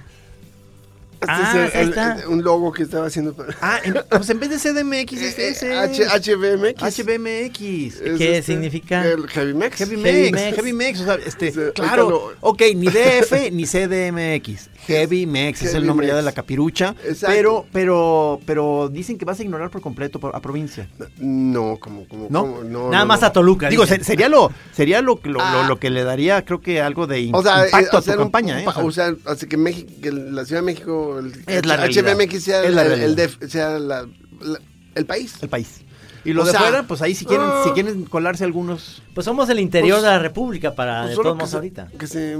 Speaker 4: Este
Speaker 2: Ah,
Speaker 4: es el-
Speaker 2: ahí
Speaker 4: el-
Speaker 2: está.
Speaker 4: un logo que estaba haciendo para.
Speaker 3: Ah, en- pues en vez de CDMX
Speaker 4: Eh,
Speaker 3: es este,
Speaker 4: eh,
Speaker 3: ese.
Speaker 4: H- HBMX.
Speaker 3: HBMX.
Speaker 4: Es este,
Speaker 2: ¿Qué significa?
Speaker 4: El Heavy Mex.
Speaker 3: Heavy
Speaker 2: Heavy
Speaker 3: Mex,
Speaker 2: Mex.
Speaker 3: Heavy Mex, o sea, este,
Speaker 4: Sí,
Speaker 3: claro,
Speaker 4: ahorita lo-
Speaker 3: ok, ni DF ni CDMX, Heavy Mex es
Speaker 4: Heavy
Speaker 3: el nombre ya de
Speaker 4: Mex.
Speaker 3: la capirucha,
Speaker 4: Exacto.
Speaker 3: pero, pero, pero dicen que vas a ignorar por completo por- a provincia.
Speaker 4: No, como, como,
Speaker 3: ¿No?
Speaker 4: como- no,
Speaker 2: Nada
Speaker 4: no,
Speaker 2: más
Speaker 4: no.
Speaker 2: a Toluca.
Speaker 3: Digo,
Speaker 2: dicen.
Speaker 3: se- sería lo, sería lo, lo,
Speaker 4: Ah.
Speaker 3: lo, lo que le daría, creo que algo de im-
Speaker 4: O sea, eh,
Speaker 3: impacto a tu
Speaker 4: hacer un-
Speaker 3: campaña,
Speaker 4: un
Speaker 3: ¿eh?
Speaker 4: pa-
Speaker 3: O sea,
Speaker 4: O sea, así que, México, que la Ciudad de México, el
Speaker 3: Es la
Speaker 4: H-
Speaker 3: realidad.
Speaker 4: HBMX sea,
Speaker 3: Es la
Speaker 4: el,
Speaker 3: realidad.
Speaker 4: el DF sea la- la- el país.
Speaker 3: el país. Y lo
Speaker 4: O
Speaker 3: de
Speaker 4: sea,
Speaker 3: fuera, pues ahí si quieren,
Speaker 4: ah.
Speaker 3: si quieren colarse algunos.
Speaker 2: Pues somos el interior
Speaker 4: Pues-
Speaker 2: de la República para
Speaker 4: Pues
Speaker 2: de
Speaker 4: solo
Speaker 2: todos
Speaker 4: que
Speaker 2: modos
Speaker 4: se-
Speaker 2: ahorita.
Speaker 4: que se-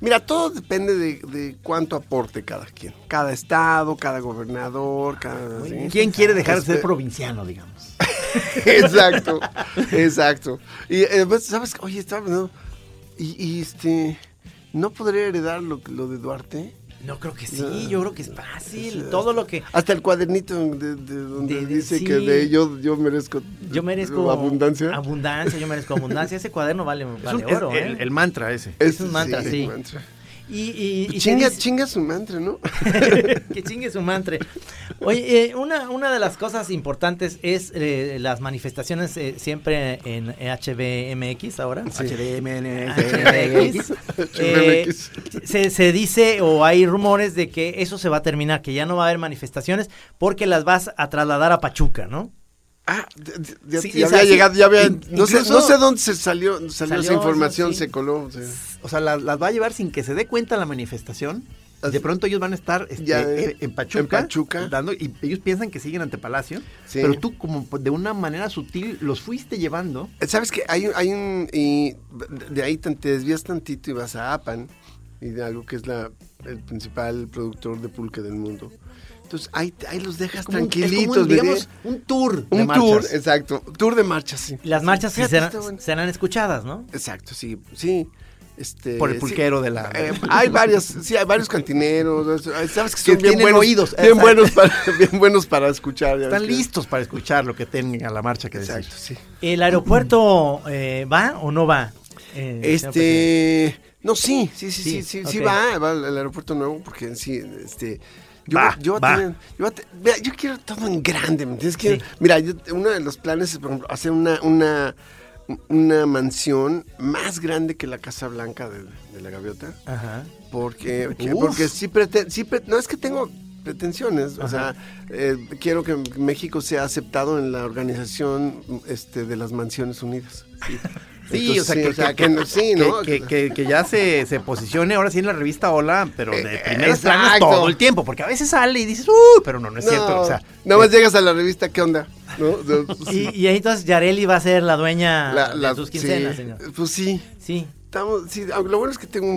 Speaker 4: Mira, todo depende de, de cuánto aporte cada quien. Cada estado, cada gobernador, cada... ¿sí?
Speaker 3: ¿Quién quiere dejar
Speaker 2: Pues,
Speaker 3: de ser
Speaker 4: Este-
Speaker 3: provinciano, digamos?
Speaker 4: exacto, exacto. Y eh, pues, ¿sabes? Oye, estaba pensando, Y, y, este... ¿No podría heredar lo, lo de Duarte?
Speaker 2: No creo que sí, yo creo que es fácil. Todo lo que
Speaker 4: Hasta el cuadernito de, de donde
Speaker 2: De- de-
Speaker 4: dice
Speaker 2: sí.
Speaker 4: que de yo, yo merezco...
Speaker 2: yo merezco
Speaker 4: Abundancia.
Speaker 2: Abundancia, yo merezco abundancia. Ese cuaderno vale,
Speaker 3: Es un-
Speaker 2: vale
Speaker 3: es
Speaker 2: oro, ¿eh?
Speaker 3: el, el mantra ese.
Speaker 2: es
Speaker 4: Ese
Speaker 2: un mantra, sí.
Speaker 4: mantra.
Speaker 2: Y, y, y
Speaker 4: Chinga,
Speaker 2: tenis-
Speaker 4: chinga su mantra, ¿no?
Speaker 2: que chingue su mantra. Oye, eh, una, una de las cosas importantes es eh, las manifestaciones eh, siempre en HBMX ahora. HBMX. Eh,
Speaker 4: HBMX.
Speaker 2: se, se dice o hay rumores de que eso se va a terminar, que ya no va a haber manifestaciones porque las vas a trasladar a Pachuca, ¿no?
Speaker 4: Ah, d- d- ya,
Speaker 3: Sí,
Speaker 4: ya
Speaker 3: o sea,
Speaker 4: había
Speaker 3: sí,
Speaker 4: llegado, ya había.
Speaker 3: in-
Speaker 4: no, sé,
Speaker 3: incluso-
Speaker 4: no sé dónde se salió, salió,
Speaker 2: Salió,
Speaker 4: esa información,
Speaker 2: sí.
Speaker 4: se coló. sí.
Speaker 3: O sea, las, las va a llevar sin que se dé cuenta la manifestación.
Speaker 4: Así-
Speaker 3: De pronto ellos van a estar este,
Speaker 4: Ya,
Speaker 3: eh, en,
Speaker 4: en
Speaker 3: Pachuca,
Speaker 4: Pachuca.
Speaker 3: dando y ellos piensan que siguen ante Palacio,
Speaker 4: Sí.
Speaker 3: pero tú como de una manera sutil los fuiste llevando.
Speaker 4: ¿Sabes qué? Hay, un- hay un. Y de ahí tan- te desvías tantito y vas a APAN, y de algo que es la, el principal productor de pulque del mundo. Entonces ahí, ahí los dejas
Speaker 3: como un- es como un,
Speaker 4: tranquilitos, bebé.
Speaker 3: digamos, un tour. de
Speaker 4: Un tour,
Speaker 3: marchas.
Speaker 4: exacto. Tour de marchas, sí.
Speaker 2: Las
Speaker 4: Sí,
Speaker 2: marchas sí
Speaker 4: fíjate,
Speaker 2: serán,
Speaker 4: está bueno.
Speaker 2: serán escuchadas, ¿no?
Speaker 4: Exacto, sí, sí. Este,
Speaker 3: Por el pulquero de la-
Speaker 4: Eh, hay varios, sí, hay varios cantineros. Sabes que son
Speaker 3: Que
Speaker 4: bien
Speaker 3: tienen
Speaker 4: buenos
Speaker 3: oídos,
Speaker 4: Bien
Speaker 3: exacto.
Speaker 4: buenos, para, bien buenos para escuchar. ya
Speaker 3: Están
Speaker 4: ves que-
Speaker 3: listos para escuchar lo que tengan a la marcha que decir.
Speaker 4: Exacto, sí.
Speaker 2: ¿El aeropuerto eh, va o no va? eh, señor presidente?
Speaker 4: Este. No, sí, sí, sí, sí, sí, sí,
Speaker 2: ok.
Speaker 4: va, va al al aeropuerto nuevo porque sí, este. Yo,
Speaker 3: Va,
Speaker 4: yo, voy a
Speaker 3: va.
Speaker 4: tener- yo, voy a te- mira, yo quiero todo en grande, ¿me entiendes? Quiero-
Speaker 2: Sí.
Speaker 4: Mira, yo- uno de los planes es, por ejemplo, hacer una, una, una mansión más grande que la Casa Blanca de, de la Gaviota.
Speaker 2: Ajá.
Speaker 4: Porque, que-
Speaker 3: Uf.
Speaker 4: porque sí, prete- sí pre- no es que tengo pretensiones, o sea, eh, quiero que México sea aceptado en la organización este, de las Mansiones Unidas. Sí,
Speaker 3: Sí,
Speaker 4: Entonces,
Speaker 3: o sea, que, que-
Speaker 4: no- sí, ¿no?
Speaker 3: que- que- que ya se, se posicione ahora sí en la revista Hola, pero de
Speaker 4: Eh,
Speaker 3: primeras
Speaker 4: exacto.
Speaker 3: planas todo el tiempo, porque a veces sale y dices, uy, pero no, no es
Speaker 4: No,
Speaker 3: cierto. O sea, eh,
Speaker 4: nada más llegas a la revista, ¿qué onda? ¿No? O sea,
Speaker 2: Y, y ahí entonces Yareli va a ser la
Speaker 3: ah,
Speaker 2: dueña
Speaker 4: la- la-
Speaker 2: de sus quincenas,
Speaker 4: sí,
Speaker 2: señor.
Speaker 4: Pues sí,
Speaker 2: Sí.
Speaker 4: estamos, sí, aunque lo bueno es que tengo un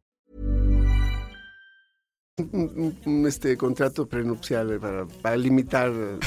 Speaker 4: un, un, este contrato prenupcial eh, para, para limitar eh,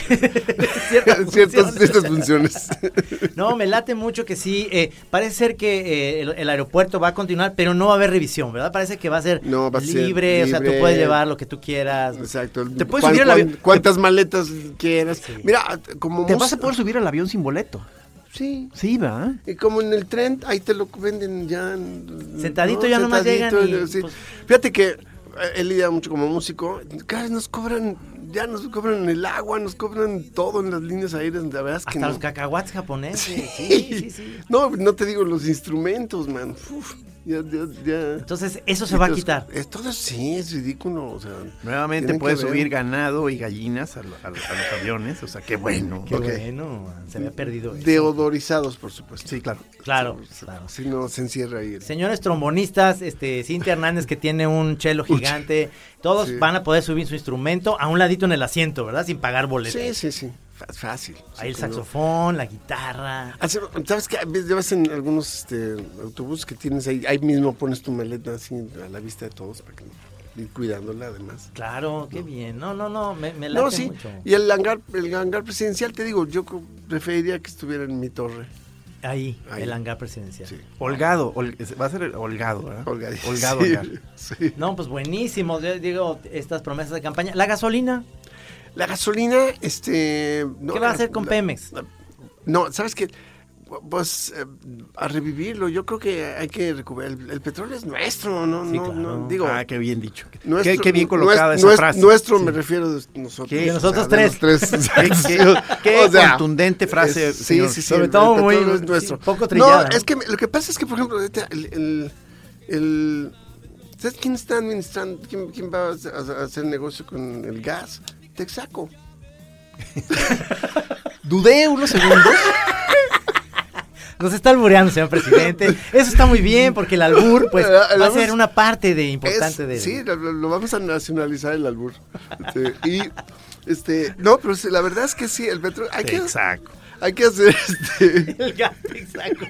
Speaker 2: Ciertas
Speaker 4: ciertas,
Speaker 2: funciones.
Speaker 4: ciertas funciones.
Speaker 3: eh,
Speaker 2: No, me late mucho que sí. eh, parece ser que eh, el, el aeropuerto va a continuar, pero no va a haber revisión, ¿verdad? Parece que va a ser,
Speaker 4: No, va a ser
Speaker 2: libre, o sea, tú
Speaker 4: libre.
Speaker 2: puedes llevar lo que tú quieras.
Speaker 4: Exacto.
Speaker 3: Te puedes
Speaker 4: Cuán-
Speaker 3: subir al avión.
Speaker 4: cuán- Cuántas maletas quieras. Mira, como
Speaker 3: te
Speaker 4: mus-
Speaker 3: vas a poder subir al avión sin boleto.
Speaker 4: Sí.
Speaker 3: Sí, va.
Speaker 4: Y como en el tren, ahí te lo venden ya. en-
Speaker 2: Sentadito, ya nomás llegan y,
Speaker 4: eh, sí.
Speaker 2: pues-
Speaker 4: Fíjate que eh, he lidiado mucho como músico. Cada vez nos cobran, ya nos cobran el agua, nos cobran todo en las líneas aéreas. La verdad es que
Speaker 2: Hasta
Speaker 4: no.
Speaker 2: los cacahuates japoneses.
Speaker 4: Sí.
Speaker 2: Sí, sí, sí.
Speaker 4: No, no te digo los instrumentos, man. Uf. Ya, ya, ya.
Speaker 2: Entonces, eso se va a
Speaker 4: Entonces,
Speaker 2: quitar.
Speaker 4: eh, Todo sí es ridículo. o sea,
Speaker 3: Nuevamente
Speaker 4: tienen que
Speaker 3: puedes
Speaker 4: ver.
Speaker 3: subir ganado y gallinas a, lo- a los a los aviones. O sea, qué bueno.
Speaker 2: Qué
Speaker 4: ok.
Speaker 2: bueno, se había perdido eso.
Speaker 4: Deodorizados, por supuesto.
Speaker 3: Sí, claro.
Speaker 2: Claro, claro.
Speaker 4: Si no, se encierra ahí. el-
Speaker 2: Señores trombonistas, este, Cintia Hernández que tiene un chelo gigante, todos
Speaker 4: Sí.
Speaker 2: van a poder subir su instrumento a un ladito en el asiento, ¿verdad? Sin pagar boleto.
Speaker 4: Sí, sí, sí. Fa- Fácil.
Speaker 2: Ahí el
Speaker 4: Sí, como-
Speaker 2: saxofón, la guitarra.
Speaker 4: Hacer- ¿Sabes qué? Ves- Ya ves en algunos este, autobuses que tienes ahí, ahí mismo pones tu maleta así a la vista de todos para que ir cuidándola además.
Speaker 2: Claro, qué bien. No, no, no, me, me late
Speaker 4: No, sí.
Speaker 2: mucho.
Speaker 4: Y el hangar, el hangar presidencial, te digo, yo co- preferiría que estuviera en mi torre.
Speaker 2: Ahí,
Speaker 4: Ahí.
Speaker 2: el hangar presidencial.
Speaker 4: Sí.
Speaker 3: Holgado. hol- va a ser el holgado, ¿verdad?
Speaker 4: Holgado.
Speaker 3: Holgado.
Speaker 4: Sí,
Speaker 3: holgar.
Speaker 4: sí.
Speaker 2: No, pues buenísimo, yo digo, estas promesas de campaña. La gasolina,
Speaker 4: La gasolina, este... no,
Speaker 2: ¿qué va a
Speaker 4: la-
Speaker 2: hacer con
Speaker 4: la-
Speaker 2: Pemex?
Speaker 4: No, ¿sabes qué? Pues eh, a revivirlo, yo creo que hay que recuperar. El, el petróleo es nuestro, ¿no?
Speaker 2: Sí,
Speaker 4: no,
Speaker 2: claro.
Speaker 4: no, digo,
Speaker 3: ah, qué bien dicho. Qué-
Speaker 4: nuestro-
Speaker 3: qué, bien
Speaker 4: nues-
Speaker 3: colocada esa
Speaker 4: nues-
Speaker 3: frase.
Speaker 4: Nuestro
Speaker 3: Sí.
Speaker 4: me refiero de nosotros.
Speaker 3: ¿Qué? De
Speaker 2: nosotros
Speaker 4: O sea, de los
Speaker 2: tres.
Speaker 3: Qué-
Speaker 4: exacto.
Speaker 3: qué
Speaker 4: O sea,
Speaker 3: contundente frase,
Speaker 4: es- sí,
Speaker 3: señor.
Speaker 4: sí, sí.
Speaker 2: Sobre
Speaker 4: el-
Speaker 2: todo
Speaker 4: el
Speaker 2: muy-
Speaker 4: petróleo es
Speaker 2: sí,
Speaker 4: nuestro.
Speaker 2: poco trillada,
Speaker 4: No,
Speaker 2: ¿no?
Speaker 4: es que me- lo que pasa es que, por ejemplo, ahorita el, el, el- ¿sabes quién está administrando? ¿Quién, quién va a hacer- a hacer negocio con el gas? Texaco.
Speaker 3: Dudé unos segundos.
Speaker 2: Nos está albureando, señor presidente. Eso está muy bien, porque el albur, pues,
Speaker 4: Eh, el
Speaker 2: va a
Speaker 4: albur
Speaker 2: ser
Speaker 4: es-
Speaker 2: una parte de
Speaker 4: Es-
Speaker 2: importante de.
Speaker 4: Sí, lo, lo- lo vamos a nacionalizar el albur. Este, y este, no, pero sí, la verdad es que sí, el petróleo hay que
Speaker 3: Exacto.
Speaker 4: hay que hacer este
Speaker 2: El gas, exacto.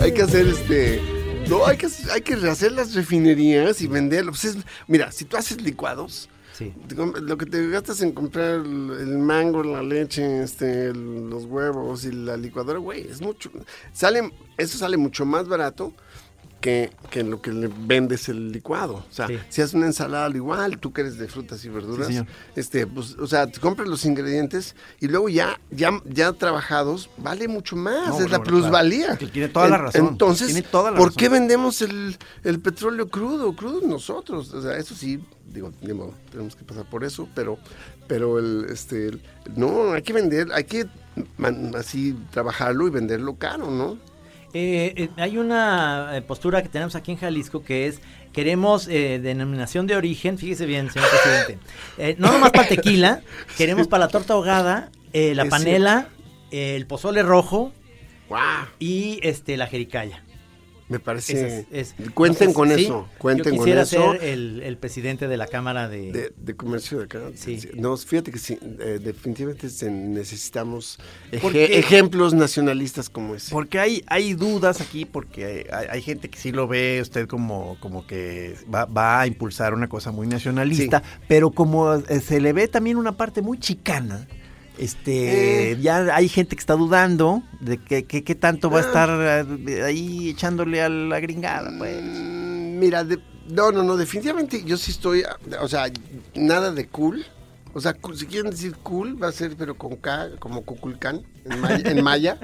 Speaker 4: hay que hacer este no, hay que hay que rehacer las refinerías y venderlo. Pues es- mira, si tú haces licuados
Speaker 2: Sí.
Speaker 4: te com- lo que te gastas en comprar el, el mango, la leche, este, el- los huevos y la licuadora, güey, es mucho. Sale, eso sale mucho más barato que, que lo que le vendes el licuado. O sea,
Speaker 2: Sí.
Speaker 4: si haces una ensalada al igual, tú que eres de frutas y verduras,
Speaker 3: Sí, señor.
Speaker 4: este, pues, o sea, te compras los ingredientes y luego ya, ya, ya trabajados, vale mucho más.
Speaker 3: No,
Speaker 4: es la
Speaker 3: bueno, claro.
Speaker 4: plusvalía.
Speaker 3: Que tiene toda la razón.
Speaker 4: Entonces,
Speaker 3: Tiene toda la
Speaker 4: ¿por
Speaker 3: razón.
Speaker 4: qué vendemos el, el petróleo crudo, crudo nosotros. O sea, eso sí, digo, ni modo, tenemos que pasar por eso, pero, pero el, este, el- no, hay que vender, hay que man- así trabajarlo y venderlo caro, ¿no?
Speaker 2: Eh, eh, hay una eh, postura que tenemos aquí en Jalisco que es queremos eh, denominación de origen, fíjese bien, señor presidente, Eh, no nomás para el tequila, queremos para la torta ahogada, eh, la
Speaker 4: Es
Speaker 2: panela, eh, el pozole rojo
Speaker 4: ¡Guau!
Speaker 2: y este la jericaya.
Speaker 4: Me parece.
Speaker 2: Esas- es-
Speaker 4: Cuenten
Speaker 2: entonces,
Speaker 4: con
Speaker 2: sí,
Speaker 4: eso, cuenten
Speaker 2: yo
Speaker 4: con
Speaker 2: quisiera
Speaker 4: eso.
Speaker 2: ser
Speaker 3: eh,
Speaker 2: el, el presidente de la Cámara de...
Speaker 4: De, de comercio de acá.
Speaker 2: Sí.
Speaker 4: No, fíjate que sí, eh, definitivamente se- necesitamos
Speaker 3: ¿Por
Speaker 4: eje-
Speaker 3: qué?
Speaker 4: ejemplos nacionalistas como ese.
Speaker 3: Porque hay, hay dudas aquí, porque hay, hay gente que sí lo ve usted como, como que va, va a impulsar una cosa muy nacionalista, pero como eh, se le ve también una parte muy chicana, este
Speaker 4: Eh.
Speaker 3: ya hay gente que está dudando de que, que- qué tanto
Speaker 4: Ah.
Speaker 3: va a estar eh, ahí echándole a la gringada, pues.
Speaker 4: Mm, Mira, de- no, no, no, definitivamente yo sí estoy, o sea, nada de cool. O sea, cu- si quieren decir cool, va a ser, pero con K, como Cuculcán, en maya. en maya.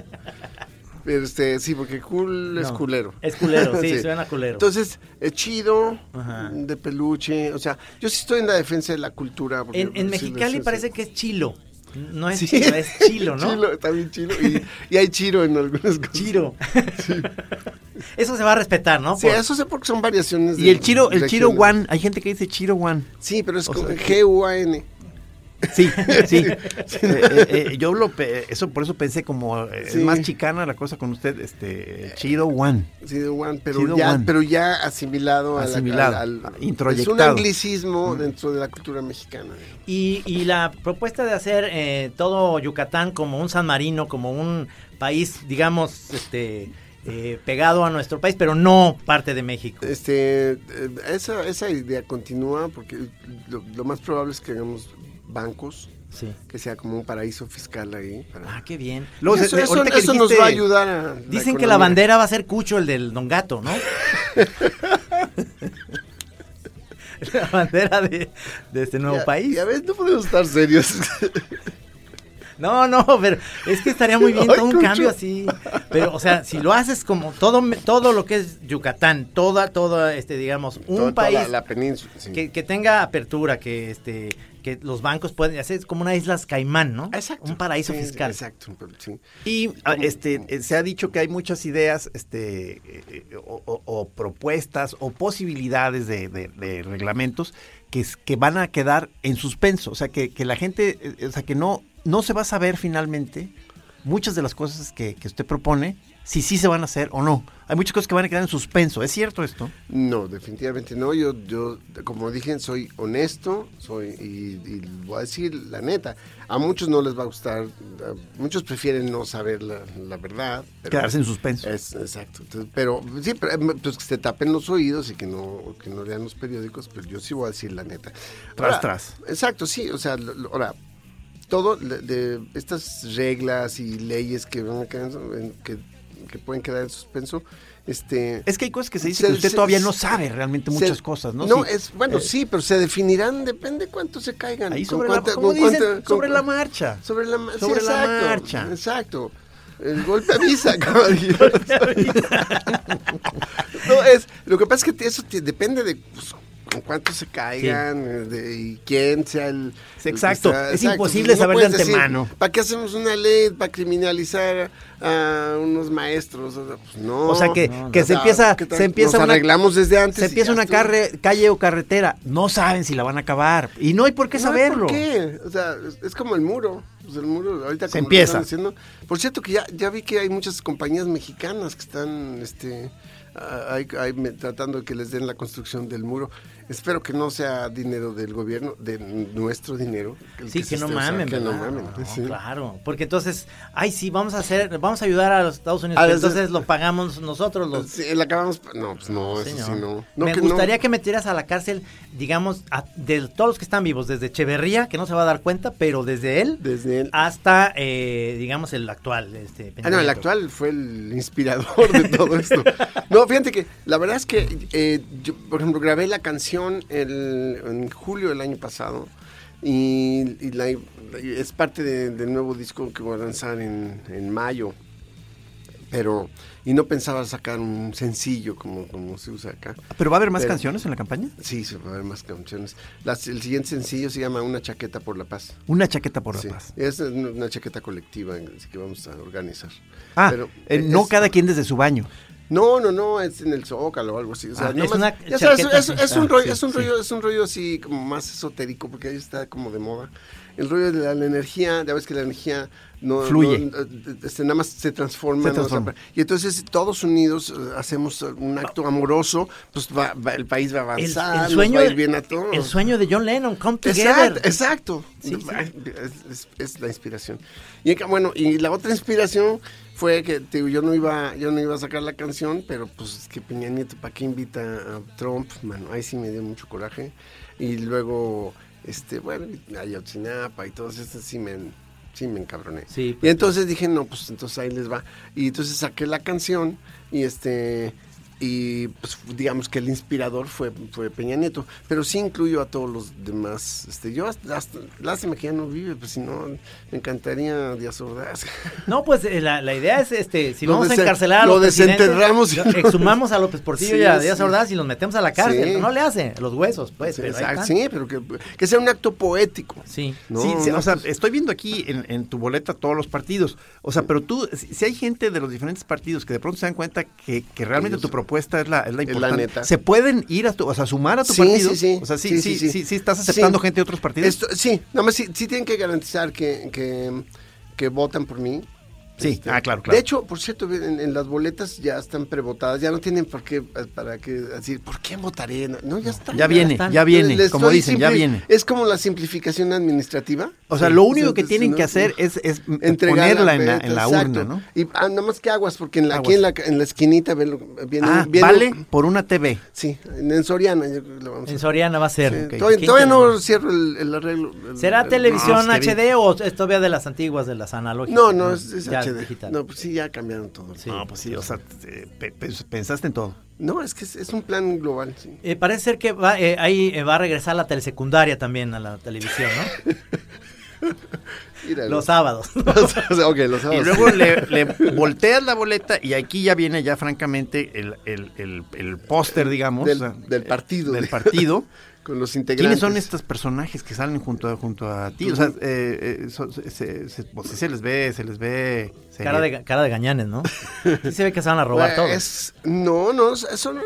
Speaker 4: Este, sí, porque cool es
Speaker 2: No,
Speaker 4: culero.
Speaker 2: es culero, sí, suena culero.
Speaker 4: Entonces, eh, chido,
Speaker 2: Ajá.
Speaker 4: de peluche, o sea, yo sí estoy en la defensa de la cultura. porque- pues,
Speaker 2: en, en
Speaker 4: sí,
Speaker 2: Mexicali
Speaker 4: sí, sí.
Speaker 2: parece que es chilo, no es
Speaker 4: Sí.
Speaker 2: chilo, es chilo, ¿no?
Speaker 4: Chilo, está bien chilo. Y, y hay chiro en algunas cosas.
Speaker 2: Chiro. Eso se va a respetar, ¿no?
Speaker 4: Sí,
Speaker 2: Por-
Speaker 4: eso sé porque son variaciones.
Speaker 3: Y
Speaker 4: de-
Speaker 3: el chiro, el
Speaker 4: de
Speaker 3: chiro
Speaker 4: género.
Speaker 3: one, hay gente que dice chiro one.
Speaker 4: Sí, pero es
Speaker 3: O
Speaker 4: con
Speaker 3: sea, que-
Speaker 4: G-U-A-N.
Speaker 3: Sí, sí. Eh, eh, eh, yo lo pe- eso por eso pensé como eh,
Speaker 4: Sí.
Speaker 3: es más chicana la cosa con usted, este chiro one.
Speaker 4: Sí, de Juan, pero,
Speaker 3: Sí, de
Speaker 4: ya,
Speaker 3: Juan.
Speaker 4: pero ya asimilado, a la-
Speaker 3: Asimilado,
Speaker 4: al, al- Es un
Speaker 3: introyectado.
Speaker 4: anglicismo dentro de la cultura mexicana.
Speaker 2: Y, y la propuesta de hacer eh, todo Yucatán como un San Marino, como un país, digamos, este, eh, pegado a nuestro país, pero no parte de México.
Speaker 4: Este, eh, esa, esa idea continúa porque lo, lo más probable es que hagamos bancos,
Speaker 2: Sí.
Speaker 4: que sea como un paraíso fiscal ahí. para-
Speaker 2: Ah, qué bien.
Speaker 3: Luego,
Speaker 4: Y eso
Speaker 3: se-
Speaker 4: eso-
Speaker 3: ahorita que
Speaker 4: eso nos
Speaker 3: dijiste-
Speaker 4: va a ayudar a...
Speaker 2: Dicen que la
Speaker 4: economía.
Speaker 2: bandera va a ser Cucho, el del Don Gato, ¿no? la bandera de, este de este nuevo
Speaker 4: Ya-
Speaker 2: país.
Speaker 4: Ya ves, no podemos estar serios.
Speaker 2: No, no, pero es que estaría muy bien
Speaker 4: Ay,
Speaker 2: todo un
Speaker 4: Cucho.
Speaker 2: cambio así. Pero, o sea, si lo haces como todo, me- todo lo que es Yucatán, toda, toda, este, digamos, un
Speaker 4: Toda- toda
Speaker 2: país
Speaker 4: la, la península. sí.
Speaker 2: que, que tenga apertura, que este, que los bancos pueden hacer como una isla Caimán, ¿no?
Speaker 4: Exacto.
Speaker 2: Un paraíso
Speaker 4: Sí,
Speaker 2: fiscal.
Speaker 4: Exacto. pero sí.
Speaker 3: Y ah, este, eh, se ha dicho que hay muchas ideas este, eh, eh, o, o- o propuestas o posibilidades de, de- de reglamentos que, es- que van a quedar en suspenso. O sea, que, que la gente, eh, o sea, que no, no se va a saber finalmente muchas de las cosas que, que usted propone, si sí se van a hacer o no. Hay muchas cosas que van a quedar en suspenso. ¿Es cierto esto?
Speaker 4: No, definitivamente no. Yo, yo, como dije, soy honesto, soy y, y voy a decir la neta. A muchos no les va a gustar, a muchos prefieren no saber la, la verdad. pero-
Speaker 3: Quedarse en suspenso.
Speaker 4: Es, eh, exacto. Entonces, pero sí, pero, eh, pues que se tapen los oídos y que no, que no lean los periódicos, pero yo sí voy a decir la neta.
Speaker 3: Tras,
Speaker 4: Ahora,
Speaker 3: tras.
Speaker 4: Exacto, sí. O sea, lo- lo- ahora, todo le- de, estas reglas y leyes que van a quedar en- que, que pueden quedar en suspenso, este...
Speaker 3: Es que hay cosas que se dice
Speaker 4: Se-
Speaker 3: que usted
Speaker 4: se-
Speaker 3: todavía no sabe realmente
Speaker 4: se-
Speaker 3: muchas cosas, ¿no?
Speaker 4: No,
Speaker 3: Sí.
Speaker 4: es, bueno,
Speaker 3: Eh,
Speaker 4: sí, pero se definirán, depende cuánto se caigan.
Speaker 3: Ahí
Speaker 4: con
Speaker 3: sobre la,
Speaker 4: cuánta-
Speaker 3: ¿cómo
Speaker 4: con
Speaker 3: dicen?
Speaker 4: cuánta- con-
Speaker 3: sobre la marcha.
Speaker 4: Sobre la, ma- sí,
Speaker 3: Sobre la
Speaker 4: exacto,
Speaker 3: marcha.
Speaker 4: Exacto. El golpe avisa, caballo. no, es, lo que pasa es que eso te- depende de pues, con cuánto se caigan eh, de- y quién sea el...
Speaker 3: Sí, exacto. Es imposible
Speaker 4: Pues
Speaker 3: saber de antemano.
Speaker 4: ¿Para qué hacemos una ley para criminalizar a unos maestros? O sea, pues, no.
Speaker 3: O sea, que-
Speaker 4: No,
Speaker 3: que
Speaker 4: no.
Speaker 3: se empieza-
Speaker 4: ¿qué tal?
Speaker 3: se empieza
Speaker 4: Nos
Speaker 3: una-
Speaker 4: arreglamos desde antes.
Speaker 3: Se
Speaker 4: y
Speaker 3: empieza
Speaker 4: ya
Speaker 3: una
Speaker 4: estuvo.
Speaker 3: carre- calle o carretera. No saben si la van a acabar. Y no hay por qué
Speaker 4: No,
Speaker 3: saberlo.
Speaker 4: ¿Por qué? O sea, es, es como el muro. Pues el muro, ahorita
Speaker 3: Se
Speaker 4: como lo
Speaker 3: empieza.
Speaker 4: están haciendo. Por cierto, que ya, ya vi que hay muchas compañías mexicanas que están este, ah, ahí- ahí me- tratando de que les den la construcción del muro. Espero que no sea dinero del gobierno, de nuestro dinero. el
Speaker 2: Sí, que,
Speaker 4: se
Speaker 2: no
Speaker 4: esté usando,
Speaker 2: mamen,
Speaker 4: que no
Speaker 2: ¿verdad?
Speaker 4: mamen,
Speaker 2: No,
Speaker 4: sí.
Speaker 2: Claro, porque entonces, ay, sí, vamos a hacer, vamos a ayudar a los Estados Unidos,
Speaker 4: A
Speaker 2: pero
Speaker 4: veces-
Speaker 2: entonces lo pagamos nosotros los...
Speaker 4: Sí, la acabamos. No, pues no, eso
Speaker 2: señor.
Speaker 4: sí no. No,
Speaker 2: Me
Speaker 4: que no.
Speaker 2: gustaría que metieras a la cárcel, digamos, a- de todos los que están vivos, desde Echeverría, que no se va a dar cuenta, pero desde él
Speaker 4: Desde él.
Speaker 2: hasta, eh, digamos, el actual. Este, Peña
Speaker 4: Ah, no, el
Speaker 2: Nieto.
Speaker 4: actual fue el inspirador de todo esto. No, fíjate que la verdad es que eh, yo, por ejemplo, grabé la canción el- en julio del año pasado y, y la- y es parte de- del nuevo disco que voy a lanzar en, en mayo. Pero, y no pensaba sacar un sencillo como, como se usa acá.
Speaker 3: ¿Pero va a haber más
Speaker 4: Pero-
Speaker 3: canciones en la campaña?
Speaker 4: Sí, se va a ver más canciones. Las- el siguiente sencillo se llama Una chaqueta por la paz.
Speaker 3: Una chaqueta por la
Speaker 4: Sí,
Speaker 3: paz.
Speaker 4: es una una chaqueta colectiva así que vamos a organizar.
Speaker 3: Ah,
Speaker 4: Pero,
Speaker 3: eh,
Speaker 4: eh,
Speaker 3: no
Speaker 4: es-
Speaker 3: cada quien desde su baño.
Speaker 4: No, no, no, es en el Zócalo o algo así. O sea,
Speaker 2: Ah,
Speaker 4: nada
Speaker 2: es
Speaker 4: más-
Speaker 2: una
Speaker 4: ya sabes,
Speaker 2: chaqueta
Speaker 4: es, es un
Speaker 2: así,
Speaker 4: rollo,
Speaker 2: sí,
Speaker 4: es un
Speaker 2: sí.
Speaker 4: rollo, es un rollo así como más esotérico, porque ahí está como de moda. El rollo de la, la energía, ya ves que la energía no
Speaker 3: Fluye.
Speaker 4: no, eh, este, nada más se
Speaker 3: Se
Speaker 4: transforma. ¿no? O sea,
Speaker 3: transforma.
Speaker 4: y entonces todos unidos eh, hacemos un acto amoroso, pues va- va- el país va a
Speaker 2: El, el
Speaker 4: avanzar, nos
Speaker 2: sueño,
Speaker 4: va a ir
Speaker 2: de-
Speaker 4: bien a todos.
Speaker 2: el sueño de John Lennon, Come
Speaker 4: Exacto,
Speaker 2: Together.
Speaker 4: exacto.
Speaker 2: Sí, sí.
Speaker 4: Ay, Es, es- es la inspiración. Y acá, bueno, y la otra inspiración fue que te digo, yo no iba, yo no iba a sacar la canción, pero pues es que Peña Nieto, ¿para qué invita a Trump? Mano, ahí sí me dio mucho coraje. Y luego, este, bueno, Ayotzinapa y todas estas sí me, sí me encabroné.
Speaker 2: Sí,
Speaker 4: y entonces dije, no, pues entonces ahí les va. Y entonces saqué la canción y este y pues digamos que el inspirador fue, fue Peña Nieto, pero sí incluyo a todos los demás. Este, yo hasta, hasta- lástima que ya no vive, pues si no me encantaría Díaz Ordaz.
Speaker 2: No, pues eh, la, la idea es, este, si
Speaker 4: Lo
Speaker 2: vamos a
Speaker 4: desen-
Speaker 2: encarcelar a
Speaker 4: lo
Speaker 2: los presidentes,
Speaker 4: desenterramos y
Speaker 2: lo-
Speaker 4: lo-
Speaker 2: exhumamos a López Portillo
Speaker 4: Sí,
Speaker 2: y a Díaz
Speaker 4: sí.
Speaker 2: Ordaz y los metemos a la cárcel.
Speaker 4: Sí.
Speaker 2: No le hace, los huesos, pues.
Speaker 4: Sí,
Speaker 2: pero ahí
Speaker 4: exacto,
Speaker 2: está.
Speaker 4: sí, pero que, que sea un acto poético.
Speaker 2: Sí.
Speaker 4: No,
Speaker 3: sí, sí,
Speaker 4: no,
Speaker 3: o sea,
Speaker 4: pues,
Speaker 3: estoy viendo aquí en, en tu boleta todos los partidos. O sea, pero tú, si, si hay gente de los diferentes partidos que de pronto se dan cuenta que, que realmente
Speaker 4: Ellos-
Speaker 3: tu propuesta es la, es la
Speaker 4: Es la
Speaker 3: importante,
Speaker 4: neta.
Speaker 3: se pueden ir a tu, o sea, sumar a tu
Speaker 4: Sí,
Speaker 3: partido.
Speaker 4: sí, sí.
Speaker 3: O sea, sí, sí,
Speaker 4: Sí,
Speaker 3: sí,
Speaker 4: sí,
Speaker 3: sí,
Speaker 4: sí.
Speaker 3: estás aceptando
Speaker 4: Sí.
Speaker 3: gente de otros partidos.
Speaker 4: Esto- sí, nada más sí, sí tienen que garantizar que, que, que votan por mí.
Speaker 3: Sí,
Speaker 4: Este,
Speaker 3: ah, claro, claro.
Speaker 4: De hecho, por cierto, en, en las boletas ya están prevotadas, ya no tienen por qué, eh, para qué decir, ¿por qué votaré? No, no, ya está.
Speaker 3: ya viene,
Speaker 2: están.
Speaker 3: ya viene,
Speaker 4: Les
Speaker 3: como
Speaker 4: estoy
Speaker 3: dicen, ya
Speaker 4: simpli-
Speaker 3: viene.
Speaker 4: Es como la simplificación administrativa.
Speaker 3: O sea, lo
Speaker 4: Sí.
Speaker 3: único
Speaker 4: O sea,
Speaker 3: que
Speaker 4: es-
Speaker 3: tienen
Speaker 4: no,
Speaker 3: que hacer
Speaker 4: no.
Speaker 3: es, es m-
Speaker 4: Entregar
Speaker 3: ponerla en la, en la
Speaker 4: exacto.
Speaker 3: urna, ¿no?
Speaker 4: Y ah, nada más que aguas, porque en la, aquí en la,
Speaker 3: Aguas.
Speaker 4: en la esquinita ven lo- viene,
Speaker 3: Ah,
Speaker 4: viene-
Speaker 3: vale por una TV.
Speaker 4: Sí, en, en Soriana yo creo que lo vamos a
Speaker 2: En
Speaker 4: hacer.
Speaker 2: Soriana va a ser.
Speaker 4: Sí,
Speaker 2: Ok.
Speaker 4: Todavía,
Speaker 2: Qué
Speaker 4: todavía no
Speaker 2: interesante.
Speaker 4: cierro el, el arreglo. el-
Speaker 2: ¿Será
Speaker 4: el-
Speaker 2: televisión
Speaker 3: no, es que
Speaker 2: HD o es todavía de las antiguas, de las analógicas?
Speaker 4: No, no, es, es
Speaker 2: Ya,
Speaker 4: HD.
Speaker 2: digital.
Speaker 4: No, pues sí, ya cambiaron todo.
Speaker 2: Sí.
Speaker 3: No, pues sí, o sea, te- pe- pe- pensaste en todo.
Speaker 4: No, es que es, es un plan global. sí.
Speaker 2: Eh, parece ser que va, eh, ahí eh, va a regresar la telesecundaria también a la televisión, ¿no?
Speaker 4: Míralo.
Speaker 2: Los sábados.
Speaker 4: ok, los
Speaker 3: Y
Speaker 4: sábados.
Speaker 3: luego le, le volteas la boleta y aquí ya viene ya francamente el, el- el- el póster, digamos.
Speaker 4: Del-
Speaker 3: o sea,
Speaker 4: del partido.
Speaker 3: Del partido.
Speaker 4: Con los
Speaker 3: ¿Quiénes
Speaker 4: integrantes.
Speaker 3: son estos personajes que salen junto a, junto a ti? O sea, eh, eh, so- se, se- se- pues, sí se les ve, se les ve... serie.
Speaker 2: Cara de, ga- cara de gañanes, ¿no? Sí se ve que se van a robar
Speaker 4: Bueno,
Speaker 2: todo.
Speaker 4: Pues, es- no, no, son, son-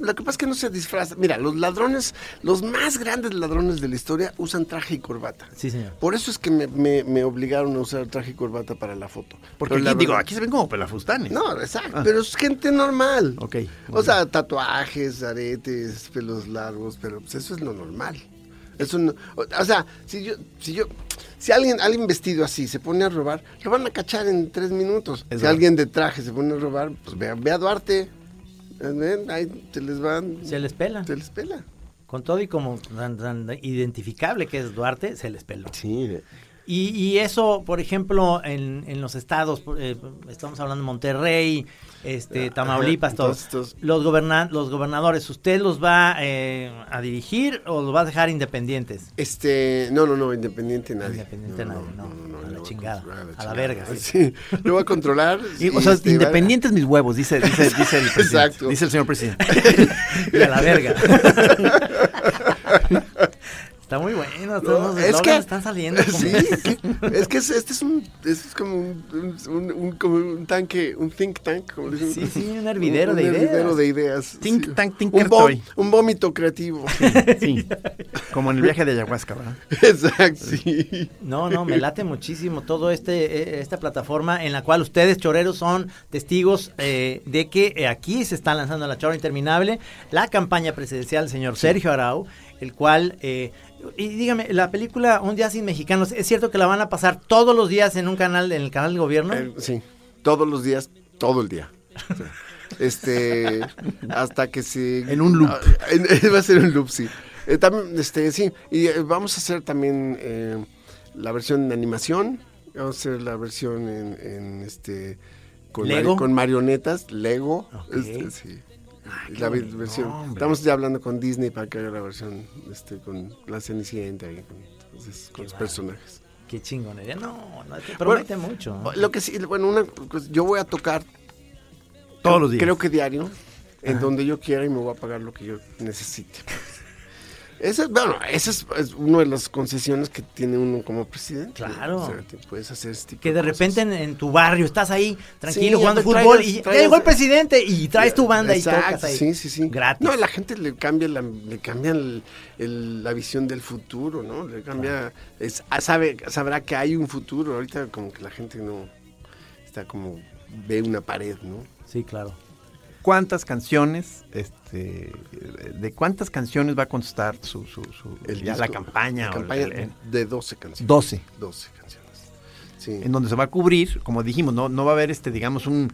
Speaker 4: lo que pasa es que no se disfrazan. Mira, los ladrones, los más grandes ladrones de la historia usan traje y corbata.
Speaker 2: Sí, señor.
Speaker 4: Por eso es que me, me- me obligaron a usar traje y corbata para la foto.
Speaker 3: Porque
Speaker 4: Pero
Speaker 3: aquí,
Speaker 4: la
Speaker 3: digo,
Speaker 4: verdad-
Speaker 3: aquí se ven como pelafustanes.
Speaker 4: No, exacto, pero es gente normal.
Speaker 3: Este, ah. Ok, muy
Speaker 4: O sea, tatuajes, aretes, pelos largos, pero pues, eso es lo normal. Eso no- o, o sea, si yo, si yo, si alguien, alguien vestido así se pone a robar, lo van a cachar en tres minutos. si
Speaker 3: verdad.
Speaker 4: alguien de traje se pone a robar, pues ve, a- ve a Duarte. Eh, ven, Ahí se les van.
Speaker 2: Se les pela.
Speaker 4: Se les pela.
Speaker 2: Con todo y como tan, tan identificable que es Duarte, se les peló.
Speaker 4: Sí.
Speaker 2: Y, y eso, por ejemplo, en, en los estados, por- eh, estamos hablando de Monterrey, este,
Speaker 4: Ajá,
Speaker 2: Tamaulipas, todos.
Speaker 4: todos estos.
Speaker 2: Los, goberna- los gobernadores, ¿usted los va eh, a dirigir o los va a dejar independientes?
Speaker 4: Este, no, no, no, independiente nadie.
Speaker 2: Independiente nadie, no, a la
Speaker 4: le voy
Speaker 2: chingada,
Speaker 4: controlar,
Speaker 2: a la verga, sí.
Speaker 4: Sí, lo voy a controlar.
Speaker 3: Y,
Speaker 4: y,
Speaker 3: o sea,
Speaker 4: este, va-
Speaker 3: independientes mis huevos, dice, dice, dice el presidente.
Speaker 4: Exacto.
Speaker 3: Dice el señor presidente.
Speaker 2: Y a la verga. Está muy bueno, todos los eslogans están saliendo. como-
Speaker 4: Sí, es que es- este es un, este es como un, un- un- un- como un tanque, un think tank, como le dicen.
Speaker 2: Sí, sí, un hervidero de
Speaker 4: hervidero
Speaker 2: ideas.
Speaker 4: de ideas,
Speaker 3: Think
Speaker 4: sí.
Speaker 3: tank,
Speaker 4: un,
Speaker 3: thinker
Speaker 4: vo-
Speaker 3: toy.
Speaker 4: un vómito creativo.
Speaker 3: Sí. Como en el viaje de ayahuasca, ¿verdad?
Speaker 4: Exacto, sí.
Speaker 2: No, no, me late muchísimo todo este eh, esta plataforma en la cual ustedes choreros son testigos eh, de que eh, aquí se está lanzando la chora interminable, la campaña presidencial del señor Sergio Arau, el cual eh, y dígame la película Un día sin mexicanos es cierto que la van a pasar todos los días en un canal en el canal del gobierno.
Speaker 4: Eh, sí, todos los días, todo el día. O sea, Este, hasta que se...
Speaker 3: En un loop.
Speaker 4: Ah, en- va a ser un loop, sí. Eh, también, este, sí, y eh, vamos a hacer también eh, la versión en animación, vamos a hacer la versión en, en, este... Con,
Speaker 2: Lego.
Speaker 4: con marionetas, Lego.
Speaker 2: Ok.
Speaker 4: este, sí. la vi- versión.
Speaker 3: Ah, hombre.
Speaker 4: Estamos ya hablando con Disney para que haga la versión este, con la Cenicienta y con, entonces, con los personajes.
Speaker 2: Qué chingonería. No, no te promete
Speaker 4: Bueno,
Speaker 2: mucho.
Speaker 4: Lo que sí, bueno, una, pues, yo voy a tocar
Speaker 3: Todos los días.
Speaker 4: Creo que diario, en donde yo quiera y me voy a pagar lo que yo necesite. Esa, es- bueno, esa es, es una de las concesiones que tiene uno como presidente.
Speaker 2: Claro.
Speaker 4: O sea, te puedes hacer este tipo
Speaker 2: Que de
Speaker 4: cosas.
Speaker 2: repente en, en tu barrio estás ahí tranquilo
Speaker 4: Sí,
Speaker 2: jugando
Speaker 4: traigas-
Speaker 2: fútbol y ya
Speaker 4: traigas-
Speaker 2: llegó el presidente y traes tu banda y
Speaker 4: Exacto,
Speaker 2: tocas ahí.
Speaker 4: Sí, sí, sí.
Speaker 2: Gratis.
Speaker 4: No, a la gente le cambia la, le cambia el- el- la visión del futuro, ¿no? Le cambia. es- ah, sabe, sabrá que hay un futuro. Ahorita, como que la gente no. Está como. Ve una pared, ¿no?
Speaker 2: Sí, claro.
Speaker 3: ¿Cuántas canciones, este, de cuántas canciones va a constar su, su, su- ya la
Speaker 4: disco-
Speaker 3: campaña?
Speaker 4: la
Speaker 3: o el-
Speaker 4: campaña
Speaker 3: el-
Speaker 4: de 12 canciones.
Speaker 3: 12.
Speaker 4: 12 canciones. Sí.
Speaker 3: en donde se va a cubrir, como dijimos, no, no va a haber, este, digamos, un,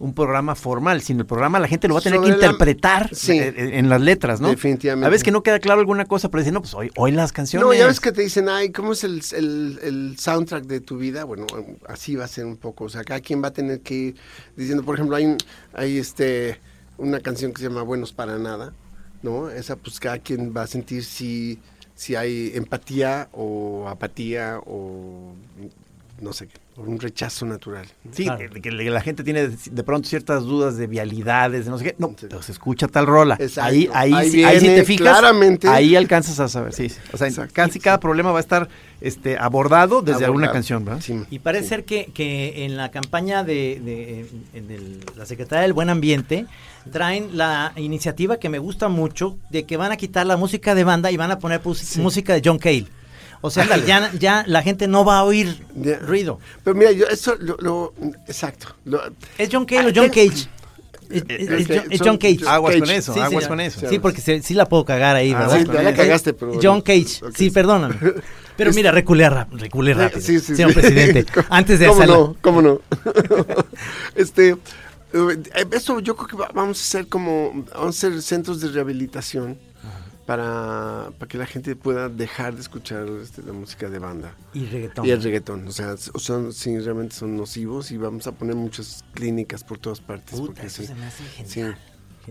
Speaker 3: un programa formal, sino el programa la gente lo va a tener
Speaker 4: Sobre
Speaker 3: que
Speaker 4: la-
Speaker 3: interpretar
Speaker 4: Sí.
Speaker 3: eh, en, las letras, ¿no?
Speaker 4: Definitivamente.
Speaker 3: A veces que no queda claro alguna cosa, pero dicen, no, pues hoy, hoy las canciones.
Speaker 4: No, ya ves que te dicen, ay, ¿cómo es el, el- el soundtrack de tu vida? Bueno, así va a ser un poco. O sea, cada quien va a tener que ir diciendo, por ejemplo, hay, un- hay este, una canción que se llama Buenos para Nada, ¿no? Esa, pues cada quien va a sentir si, si hay empatía o apatía o no sé qué, o un rechazo natural.
Speaker 3: Sí,
Speaker 2: Claro.
Speaker 3: que, que la gente tiene de, de pronto ciertas dudas de vialidades, de no sé qué. No,
Speaker 4: Sí.
Speaker 3: pero se escucha tal rola.
Speaker 4: Exacto.
Speaker 3: Ahí, ahí,
Speaker 4: Ahí
Speaker 3: sí- ahí sí
Speaker 4: viene
Speaker 3: te fijas.
Speaker 4: claramente.
Speaker 3: Ahí alcanzas a saber. Sí, sí. O sea,
Speaker 4: Exacto.
Speaker 3: casi cada problema va a estar este, abordado desde alguna
Speaker 4: Abordado.
Speaker 3: canción, ¿verdad?
Speaker 4: Sí.
Speaker 2: Y parece ser que, que en la campaña de, de- en el- la Secretaría del Buen Ambiente traen la iniciativa que me gusta mucho de que van a quitar la música de banda y van a poner pus- música de John Cale. O sea, que ya, ya la gente no va a oír
Speaker 4: Ya.
Speaker 2: ruido.
Speaker 4: Pero mira, yo eso lo, lo- exacto. lo-
Speaker 2: ¿Es John Cale o
Speaker 4: Ah, Eh,
Speaker 2: John
Speaker 4: ten-
Speaker 2: Cage? Es, es- es
Speaker 4: ok,
Speaker 2: John- es
Speaker 4: son-
Speaker 2: John Cage.
Speaker 3: Aguas
Speaker 4: Cage.
Speaker 3: con eso,
Speaker 2: Sí,
Speaker 3: aguas
Speaker 2: sí,
Speaker 3: con eso.
Speaker 2: Sí, porque se- sí la puedo cagar ahí,
Speaker 3: Ah,
Speaker 2: ¿verdad? Este,
Speaker 3: sí, la
Speaker 4: ya cagaste, pero bueno.
Speaker 2: John Cage,
Speaker 4: Ok.
Speaker 2: sí, perdóname. Pero mira, reculé, rap- reculé
Speaker 4: Eh,
Speaker 2: rápido,
Speaker 4: sí, sí,
Speaker 2: señor
Speaker 4: sí.
Speaker 2: presidente.
Speaker 4: ¿Cómo-
Speaker 2: Antes de
Speaker 4: ¿Cómo
Speaker 2: hacerla.
Speaker 4: no? ¿Cómo no? este, eh, eso yo creo que va- vamos a hacer como, vamos a hacer centros de rehabilitación para, para que la gente pueda dejar de escuchar este, la música de banda
Speaker 2: Y reggaetón.
Speaker 4: y el reggaetón. O sea, s- son, sí, realmente son nocivos y vamos a poner muchas clínicas por todas partes.
Speaker 2: Puta,
Speaker 4: porque
Speaker 2: eso
Speaker 4: sí,
Speaker 2: se me hace
Speaker 4: sí.
Speaker 2: genial.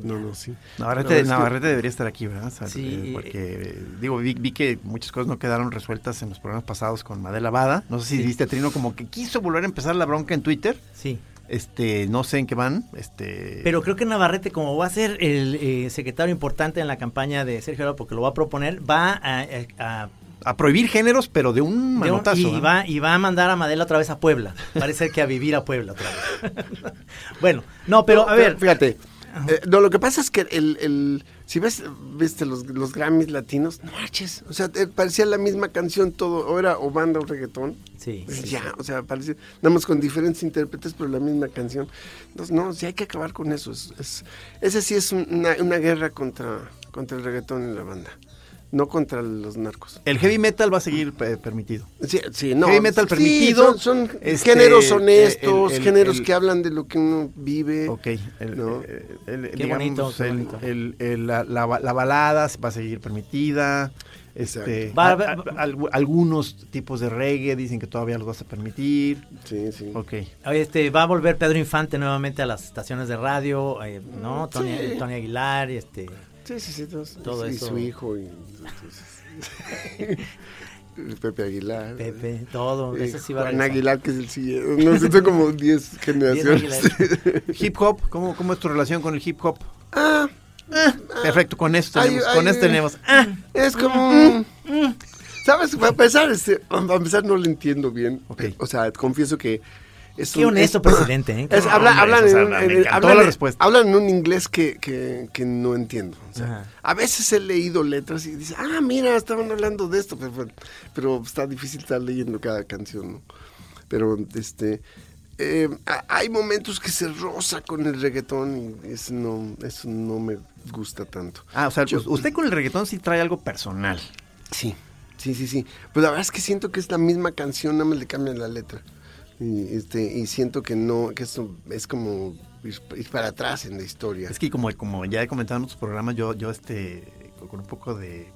Speaker 4: No, no, sí.
Speaker 3: Navarrete,
Speaker 4: No, es que-
Speaker 3: Navarrete debería estar aquí, ¿verdad? O sea,
Speaker 2: Sí,
Speaker 3: eh,
Speaker 2: y-
Speaker 3: porque, eh, digo, vi, vi que muchas cosas no quedaron resueltas en los programas pasados con Madela Bada. No sé si viste a Trino como que quiso volver a empezar la bronca en Twitter.
Speaker 4: Eh.
Speaker 2: Sí.
Speaker 3: Este, no sé en qué van. Este,
Speaker 2: Pero creo que Navarrete, como va a ser el eh, secretario importante en la campaña de Sergio Lora, porque lo va a proponer, va a, a- a-
Speaker 3: a prohibir géneros, pero de un
Speaker 2: de un-
Speaker 3: manotazo.
Speaker 2: y,
Speaker 3: ¿eh?
Speaker 2: va, y va a mandar a Madela otra vez a Puebla. Parece que a vivir a Puebla otra vez. bueno, no, pero a ver,
Speaker 4: Fíjate. eh, no, lo que pasa es que el, el- si ves, viste los, los Grammys latinos, no manches, o sea, te- parecía la misma canción todo, o era o banda o reggaetón,
Speaker 2: Sí,
Speaker 4: Pues
Speaker 2: sí,
Speaker 4: ya, o sea, parecía, nada más con diferentes intérpretes, pero la misma canción, entonces no, sí hay que acabar con eso, es, es- ese sí es un- una, una guerra contra, contra el reggaetón y la banda, no contra los narcos.
Speaker 3: El heavy metal va a seguir eh, permitido.
Speaker 4: Sí, sí, no.
Speaker 3: Heavy metal
Speaker 4: sí,
Speaker 3: permitido,
Speaker 4: son son
Speaker 3: este,
Speaker 4: géneros honestos,
Speaker 3: el- el-
Speaker 4: géneros
Speaker 3: el-
Speaker 4: que hablan de lo que uno vive.
Speaker 3: Ok. El,
Speaker 4: ¿no?
Speaker 3: eh, el-
Speaker 2: Qué
Speaker 3: digamos,
Speaker 2: bonito, qué
Speaker 3: el-
Speaker 2: bonito.
Speaker 3: el- el- la, la ba- la balada va a seguir permitida. Este,
Speaker 2: Exacto. Va a
Speaker 3: a-
Speaker 2: haber-
Speaker 3: a- al- algunos tipos de reggae dicen que todavía los vas a permitir.
Speaker 4: Sí, sí.
Speaker 3: Ok.
Speaker 2: Oye, este, va a volver Pedro Infante nuevamente a las estaciones de radio, eh, ¿no? Tony,
Speaker 4: Mm, sí.
Speaker 2: Tony Aguilar, este.
Speaker 4: Sí, sí, sí. todos-
Speaker 2: Todo
Speaker 4: y
Speaker 2: eso.
Speaker 4: su hijo. Y, entonces, el Pepe Aguilar.
Speaker 2: Pepe, todo,
Speaker 4: eh,
Speaker 2: eso sí va a
Speaker 4: Juan
Speaker 2: regresar.
Speaker 4: Aguilar, que es el siguiente. No sé, son como 10 generaciones.
Speaker 3: Hip hop, ¿cómo, ¿cómo es tu relación con el hip hop?
Speaker 4: ah,
Speaker 3: Perfecto, con esto
Speaker 2: ah,
Speaker 4: Ay,
Speaker 3: tenemos.
Speaker 4: ay,
Speaker 3: con esto
Speaker 4: ay.
Speaker 3: tenemos.
Speaker 4: es como. ¿Sabes? Para empezar, este, para empezar no lo entiendo bien. eh,
Speaker 3: Ok.
Speaker 4: O sea, confieso que. Es
Speaker 2: Qué honesto presidente, ¿eh?
Speaker 4: es- habla-
Speaker 3: hombre,
Speaker 4: hablan,
Speaker 3: o sea,
Speaker 4: en, un-
Speaker 3: me
Speaker 4: en-
Speaker 3: encantó
Speaker 4: hablan-
Speaker 3: la respuesta.
Speaker 4: hablan en un inglés que, que- que no entiendo. o sea,
Speaker 2: Ajá.
Speaker 4: a veces he leído letras y dices, ah, mira, estaban hablando de esto, pero, pero está difícil estar leyendo cada canción. ¿no? Pero este, eh, a- hay momentos que se roza con el reggaetón y eso no, eso no me gusta tanto.
Speaker 3: Ah, o sea,
Speaker 4: Yo-
Speaker 3: usted con el reggaetón sí trae algo personal.
Speaker 4: Sí, sí, sí, sí. Pues la verdad es que siento que es la misma canción, nada más le cambian la letra. Y, este, y siento que no, que esto es como ir, ir para atrás en la historia.
Speaker 3: Es que como, como ya he comentado en otros programas, yo, yo este, con un poco de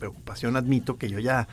Speaker 3: preocupación admito que yo ya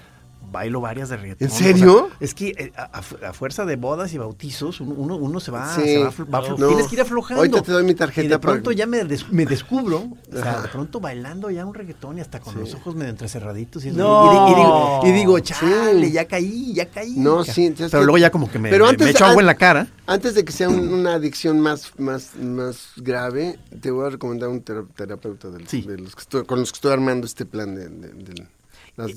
Speaker 3: bailo varias de reggaetón.
Speaker 4: ¿En serio?
Speaker 3: O sea, es que eh, a, a- a fuerza de bodas y bautizos, uno, uno, uno se va,
Speaker 4: Sí.
Speaker 3: se va, aflo- va aflo-
Speaker 4: No.
Speaker 3: tienes que ir aflojando.
Speaker 4: Ahorita te doy mi tarjeta
Speaker 3: Y de
Speaker 4: para-
Speaker 3: pronto ya me, des- me descubro, o sea, de pronto bailando ya un reggaetón y hasta con los ojos medio entrecerraditos. Y, eso.
Speaker 2: No.
Speaker 3: Y di- y digo, y digo,
Speaker 4: Sí.
Speaker 3: chale, ya caí, ya caí.
Speaker 4: No,
Speaker 3: ca-".
Speaker 4: sí, entonces
Speaker 3: Pero
Speaker 4: que-
Speaker 3: luego ya como que me,
Speaker 4: Pero
Speaker 3: me-
Speaker 4: antes
Speaker 3: me
Speaker 4: de-
Speaker 3: echo agua en la cara.
Speaker 4: Antes de que sea un- una adicción más, más, más grave, te voy a recomendar un tera- terapeuta del-
Speaker 3: Sí.
Speaker 4: de los que estoy- con los que estoy armando este plan de, de- de- las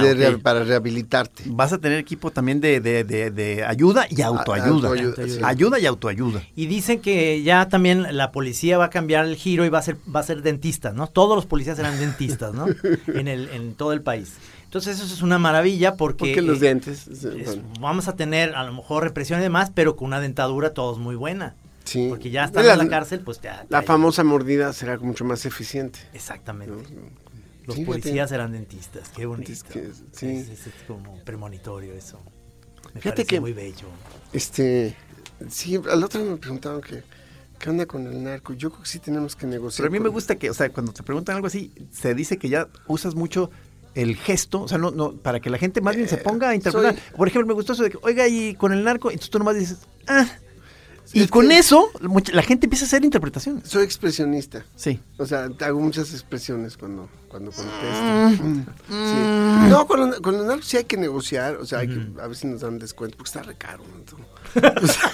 Speaker 3: ah,
Speaker 4: de rea-
Speaker 3: ok.
Speaker 4: para rehabilitarte.
Speaker 3: Vas a tener equipo también de, de- de- de ayuda y autoayuda.
Speaker 4: autoayuda, sí.
Speaker 3: Ayuda y autoayuda.
Speaker 2: Y dicen que ya también la policía va a cambiar el giro y va a ser, va a ser dentista, ¿no? Todos los policías serán dentistas, ¿no? En, el, en todo el país. Entonces eso es una maravilla porque...
Speaker 4: Porque los
Speaker 2: eh,
Speaker 4: dientes. sí,
Speaker 2: es-
Speaker 4: bueno,
Speaker 2: vamos a tener a lo mejor represión y demás, pero con una dentadura todos muy buena.
Speaker 4: sí.
Speaker 2: Porque ya están
Speaker 4: La-
Speaker 2: en la cárcel, pues ya...
Speaker 4: La
Speaker 2: ya-
Speaker 4: famosa mordida será mucho más eficiente.
Speaker 2: Exactamente. Los
Speaker 4: Fíjate.
Speaker 2: policías eran dentistas, qué bonito.
Speaker 4: Es que- sí.
Speaker 2: Es, es- es como premonitorio eso. Me
Speaker 4: Fíjate
Speaker 2: parece
Speaker 4: que-
Speaker 2: muy bello.
Speaker 4: Este, sí, al otro día me preguntaron que, ¿qué onda con el narco? Yo creo que sí tenemos que negociar.
Speaker 3: Pero a mí me
Speaker 4: con-
Speaker 3: gusta que, o sea, cuando te preguntan algo así, se dice que ya usas mucho el gesto, o sea, no, no, para que la gente más bien se ponga a interpretar.
Speaker 4: soy-
Speaker 3: Por ejemplo, me gustó eso de que, oiga, y con el narco, entonces tú nomás dices, ah.
Speaker 4: Sí,
Speaker 3: y
Speaker 4: es
Speaker 3: con
Speaker 4: que-
Speaker 3: eso, mucha- la gente empieza a hacer interpretaciones.
Speaker 4: Soy expresionista.
Speaker 3: Sí.
Speaker 4: O sea, hago muchas expresiones cuando, cuando contesto. Sí. No, con, los- con los narcos sí hay que negociar. O sea, hay que- a veces nos dan descuento porque está re caro. ¿no? Entonces, o sea,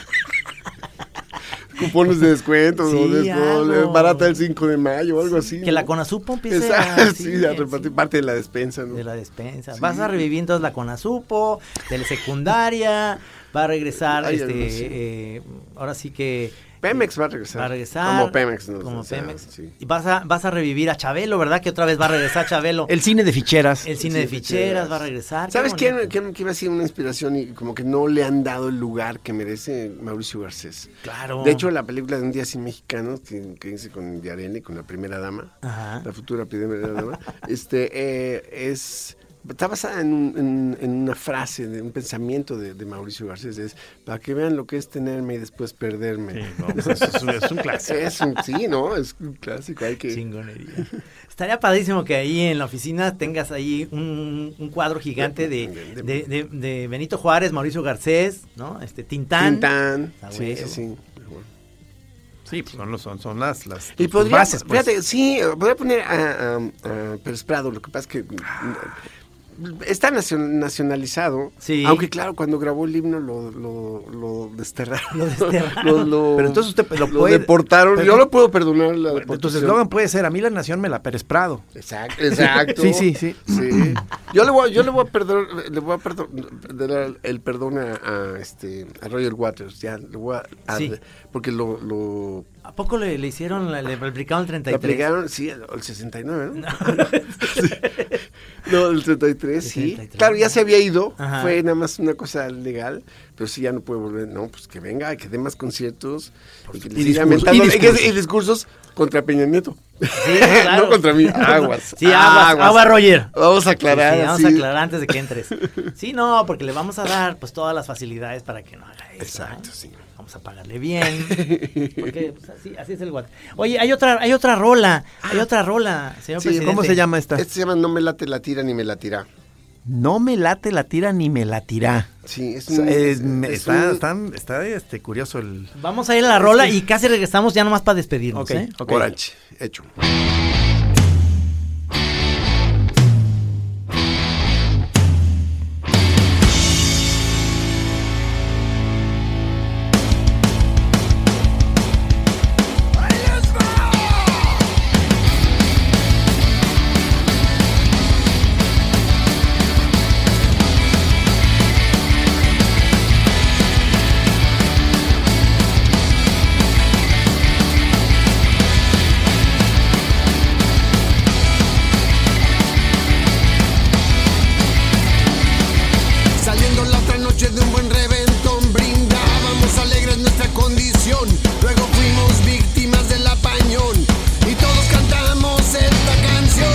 Speaker 4: cupones de descuento,
Speaker 2: Sí,
Speaker 4: o descuento,
Speaker 2: algo.
Speaker 4: barata el 5 de mayo o algo así.
Speaker 2: Que
Speaker 4: ¿no?
Speaker 2: la Conasupo empiece
Speaker 4: Exacto,
Speaker 2: a,
Speaker 4: sí, a repartir parte de la despensa. ¿no?
Speaker 2: de la despensa. Vas a revivir entonces la Conasupo, de la secundaria, va a regresar,
Speaker 4: Ay,
Speaker 2: este,
Speaker 4: algo así.
Speaker 2: eh, ahora sí que... eh,
Speaker 4: Pemex va a regresar.
Speaker 2: Va a regresar.
Speaker 4: Como Pemex, ¿no?
Speaker 2: Como
Speaker 4: O sea,
Speaker 2: Pemex.
Speaker 4: sí.
Speaker 2: Y vas a, vas a revivir a Chabelo, ¿verdad? Que otra vez va a regresar Chabelo. el,
Speaker 3: El cine de ficheras.
Speaker 2: cine de ficheras va a regresar. qué
Speaker 4: ¿Sabes quién,
Speaker 2: bonito.
Speaker 4: quién, quién ha sido una inspiración y como que no le han dado el lugar que merece Mauricio Garcés?
Speaker 2: Claro.
Speaker 4: De hecho, la película de Un Día Sin Mexicanos, que, que hice con Yareli, con la primera dama,
Speaker 2: Ajá.
Speaker 4: la futura primera dama, este, eh, es, está basada en, un- en- en una frase, de un pensamiento de, de Mauricio Garcés, es para que vean lo que es tenerme y después perderme.
Speaker 3: pues, es un clásico.
Speaker 4: Es un, sí, ¿no? Es un clásico, hay que...
Speaker 2: Chingonería. Estaría padrísimo que ahí en la oficina tengas ahí un, un cuadro gigante de,
Speaker 4: De-
Speaker 2: de- de- de Benito Juárez, Mauricio Garcés, ¿no? Este, Tintán.
Speaker 4: Tintán.
Speaker 2: Ah,
Speaker 4: Sí,
Speaker 2: huevo.
Speaker 4: sí, sí.
Speaker 3: Sí, pues son, los- son, son las, las tus
Speaker 4: Y podría,
Speaker 3: bases, pues.
Speaker 4: fíjate, sí, eh, podría poner a, a- a Pérez Prado, lo que pasa es que mm, está nacion- nacionalizado,
Speaker 2: Sí.
Speaker 4: aunque claro, cuando grabó el himno lo, lo, lo desterraron. Lo
Speaker 2: desterraron.
Speaker 4: lo-
Speaker 3: Pero entonces usted lo
Speaker 4: lo
Speaker 3: puede-
Speaker 4: deportaron,
Speaker 3: pero-
Speaker 4: yo lo puedo perdonar
Speaker 3: Bueno,
Speaker 4: la
Speaker 3: Tu
Speaker 4: deportación.
Speaker 3: eslogan puede ser, a mí la nación me la Pérez Prado.
Speaker 4: Exacto, exacto.
Speaker 3: Sí, sí, sí.
Speaker 4: Sí. Yo le voy, a- yo le voy a perdonar, le voy a perdonar el perdón a, a, este a Roger Waters, ya le voy a, a-
Speaker 2: Sí.
Speaker 4: porque lo, lo
Speaker 2: ¿A poco le, le hicieron, la- le aplicaron el
Speaker 4: Lo
Speaker 2: 33?
Speaker 4: aplicaron, sí, el el 69, ¿no? Sí. No, el 33, sí.
Speaker 2: 73,
Speaker 4: Claro, ya se había ido,
Speaker 2: Ajá.
Speaker 4: fue nada más una cosa legal, pero sí ya no puede volver. No, pues que venga, que dé más conciertos y que le
Speaker 3: Y
Speaker 4: siga
Speaker 3: discurso-
Speaker 4: mentando-
Speaker 3: y
Speaker 4: y que-
Speaker 3: discursos.
Speaker 4: y discursos contra Peña Nieto.
Speaker 2: Sí, claro.
Speaker 4: no contra mí, aguas.
Speaker 2: Sí, aguas, agua, Roger.
Speaker 4: Vamos a aclarar.
Speaker 2: Sí, sí, vamos
Speaker 4: sí.
Speaker 2: a aclarar antes de que entres. Sí, no, porque le vamos a dar pues todas las facilidades para que no haga eso.
Speaker 4: Exacto,
Speaker 2: ¿no?
Speaker 4: sí.
Speaker 2: Vamos a pagarle bien. Porque pues, así, así es el guate. Oye, hay otra, hay otra rola, hay otra rola, señor
Speaker 4: Sí,
Speaker 2: presidente.
Speaker 3: ¿Cómo se llama esta?
Speaker 4: Este se llama No me late la tira ni me la tira.
Speaker 3: No me late la tira ni me la tirá.
Speaker 4: Sí, es
Speaker 3: O sea,
Speaker 4: un-
Speaker 3: es- me-
Speaker 4: es
Speaker 3: está
Speaker 5: pues,
Speaker 4: un-
Speaker 3: está, está, este, curioso el...
Speaker 2: Vamos a ir a la rola y casi regresamos ya nomás para despedirnos,
Speaker 3: Ok,
Speaker 2: ¿eh?
Speaker 3: ok.
Speaker 4: Orange, hecho.
Speaker 6: Saliendo la otra noche de un buen reventón, brindábamos alegres nuestra condición. Luego fuimos víctimas del apañón y todos cantamos esta canción.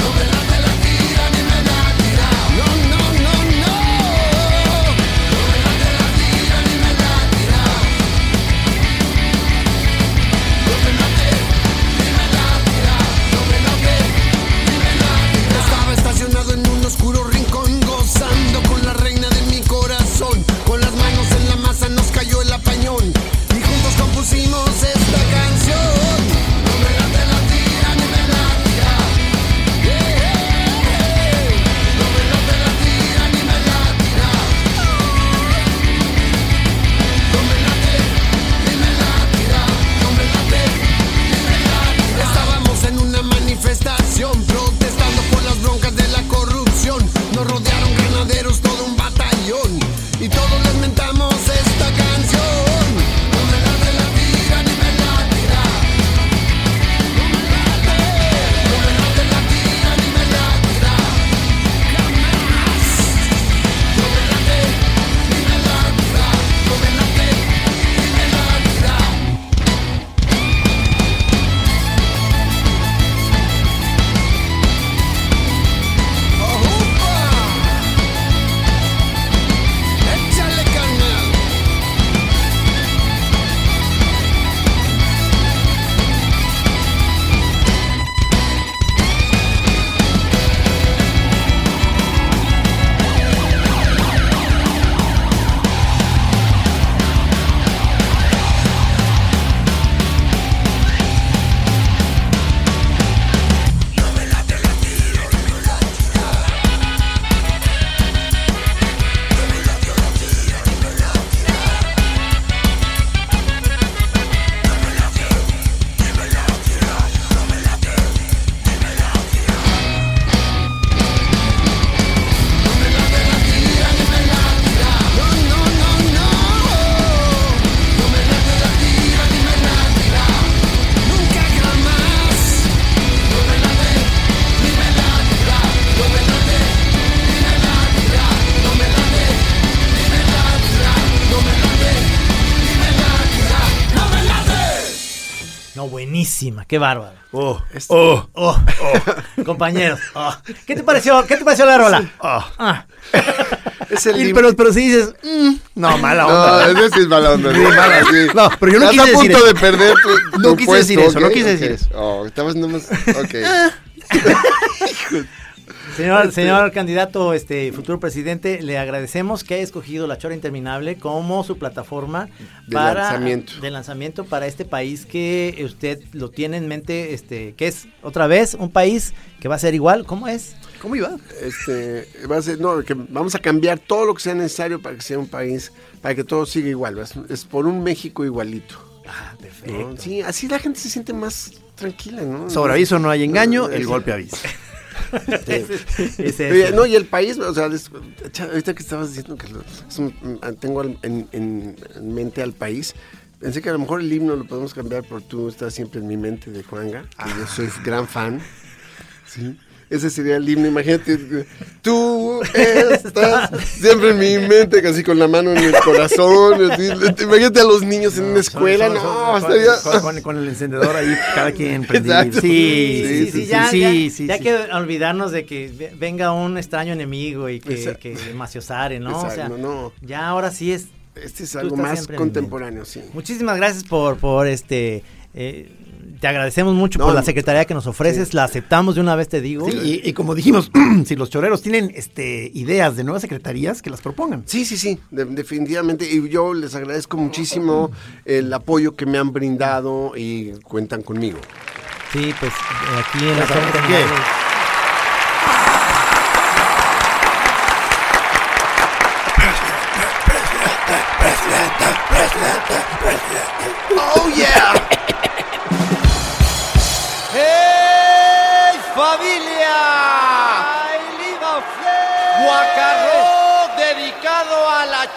Speaker 6: No me late la tira ni me la tira. No, no, no, no. No me late la tira ni me la tira. No me late ni me la tira. No me late. Estaba estacionado en un oscuro rincón, gozando con la reina de mi corazón. Con las manos en la masa nos cayó el apañón y juntos compusimos esta canción. No me late la tira ni me la tira. Eh, eh, eh. No me late la tira ni me la tira. No me late ni me la tira. No me late. Estábamos en una manifestación protestando por las broncas de la corrupción. Nos rodearon granaderos, todo un batallón. Y todos les mentamos esta canción. No me late la tira ni me la tira. No me late, no me late la tira ni me la tira. Jamás. No me late ni me la tira. No me late ni me la tira. ¡Ojupa! ¡Échale carnal!
Speaker 2: No, buenísima, qué bárbaro.
Speaker 3: Oh, oh,
Speaker 2: Oh, oh, compañeros. oh. ¿Qué te pareció? ¿Qué te pareció la rola?
Speaker 3: oh.
Speaker 2: Ah.
Speaker 4: Es el
Speaker 3: Y-
Speaker 4: himno-
Speaker 3: pero, pero si dices, mm, no, mala
Speaker 4: No,
Speaker 3: onda.
Speaker 4: ese sí es mala onda. sí, mala, sí.
Speaker 3: No, pero yo no quise
Speaker 4: Estás a
Speaker 3: decir eso.
Speaker 4: punto de perder tu,
Speaker 3: No
Speaker 4: tu
Speaker 3: quise
Speaker 4: puesto, Oh,
Speaker 3: decir eso, Ah. no
Speaker 4: ¿ok?
Speaker 3: quise
Speaker 4: Ok.
Speaker 3: decir eso.
Speaker 4: Oh, estabas nomás... Ok.
Speaker 2: Sí, Señor, señor candidato, este futuro presidente, le agradecemos que haya escogido la Chora Interminable como su plataforma
Speaker 4: De lanzamiento.
Speaker 2: de lanzamiento para este país que usted lo tiene en mente, este, que es otra vez un país que va a ser igual, ¿cómo es?
Speaker 3: ¿Cómo iba?
Speaker 4: Este, va a ser, no, que vamos a cambiar todo lo que sea necesario para que sea un país, para que todo siga igual. Es, es por un México igualito.
Speaker 2: Ah,
Speaker 4: ¿no? Sí, así la gente se siente más tranquila, ¿no? Eh,
Speaker 3: Sobre aviso no hay engaño, el golpe avisa.
Speaker 4: Oye, no, y el país, o sea, es- cha- ahorita que estabas diciendo que lo- es un- mm, tengo al- en, en- en mente al país, pensé que a lo mejor el himno lo podemos cambiar por tú estás siempre en mi mente de Juanga, que
Speaker 2: Ah.
Speaker 4: yo soy gran fan. Sí. Ese sería el himno, imagínate. Tú estás siempre en mi mente, casi con la mano en el corazón. así. Imagínate a los niños en una escuela.
Speaker 3: Son- son-
Speaker 4: No,
Speaker 3: con,
Speaker 4: estaría.
Speaker 3: con- con- con el encendedor ahí, cada quien prendido.
Speaker 4: Exacto.
Speaker 3: Sí, sí,
Speaker 2: Sí,
Speaker 3: sí,
Speaker 2: sí,
Speaker 3: sí,
Speaker 2: ya,
Speaker 3: sí,
Speaker 2: ya,
Speaker 3: sí,
Speaker 2: ya
Speaker 3: sí.
Speaker 2: que olvidarnos de que ve- venga un extraño enemigo y que,
Speaker 4: Exacto.
Speaker 2: que maciosare, ¿no? o sea,
Speaker 4: Exacto, no.
Speaker 2: ya ahora sí es.
Speaker 4: Este es
Speaker 2: tú
Speaker 4: algo
Speaker 2: estás
Speaker 4: más
Speaker 2: siempre en mi mente.
Speaker 4: contemporáneo, sí.
Speaker 2: Muchísimas gracias por, por este. eh, te agradecemos mucho
Speaker 4: No,
Speaker 2: por la
Speaker 4: no.
Speaker 2: secretaría que nos ofreces. La aceptamos de una vez, te digo.
Speaker 3: Sí, y, y como dijimos, si los choreros tienen este, ideas de nuevas secretarías, que las propongan.
Speaker 4: Sí, sí, sí, de- definitivamente. Y yo les agradezco muchísimo el apoyo que me han brindado y cuentan conmigo.
Speaker 2: Sí, pues eh, aquí en la
Speaker 3: Gracias,
Speaker 2: zona
Speaker 3: Enrique.
Speaker 2: terminal.
Speaker 7: Oh yeah. ¡Hey familia! Guacarro ¡Oh! dedicado a la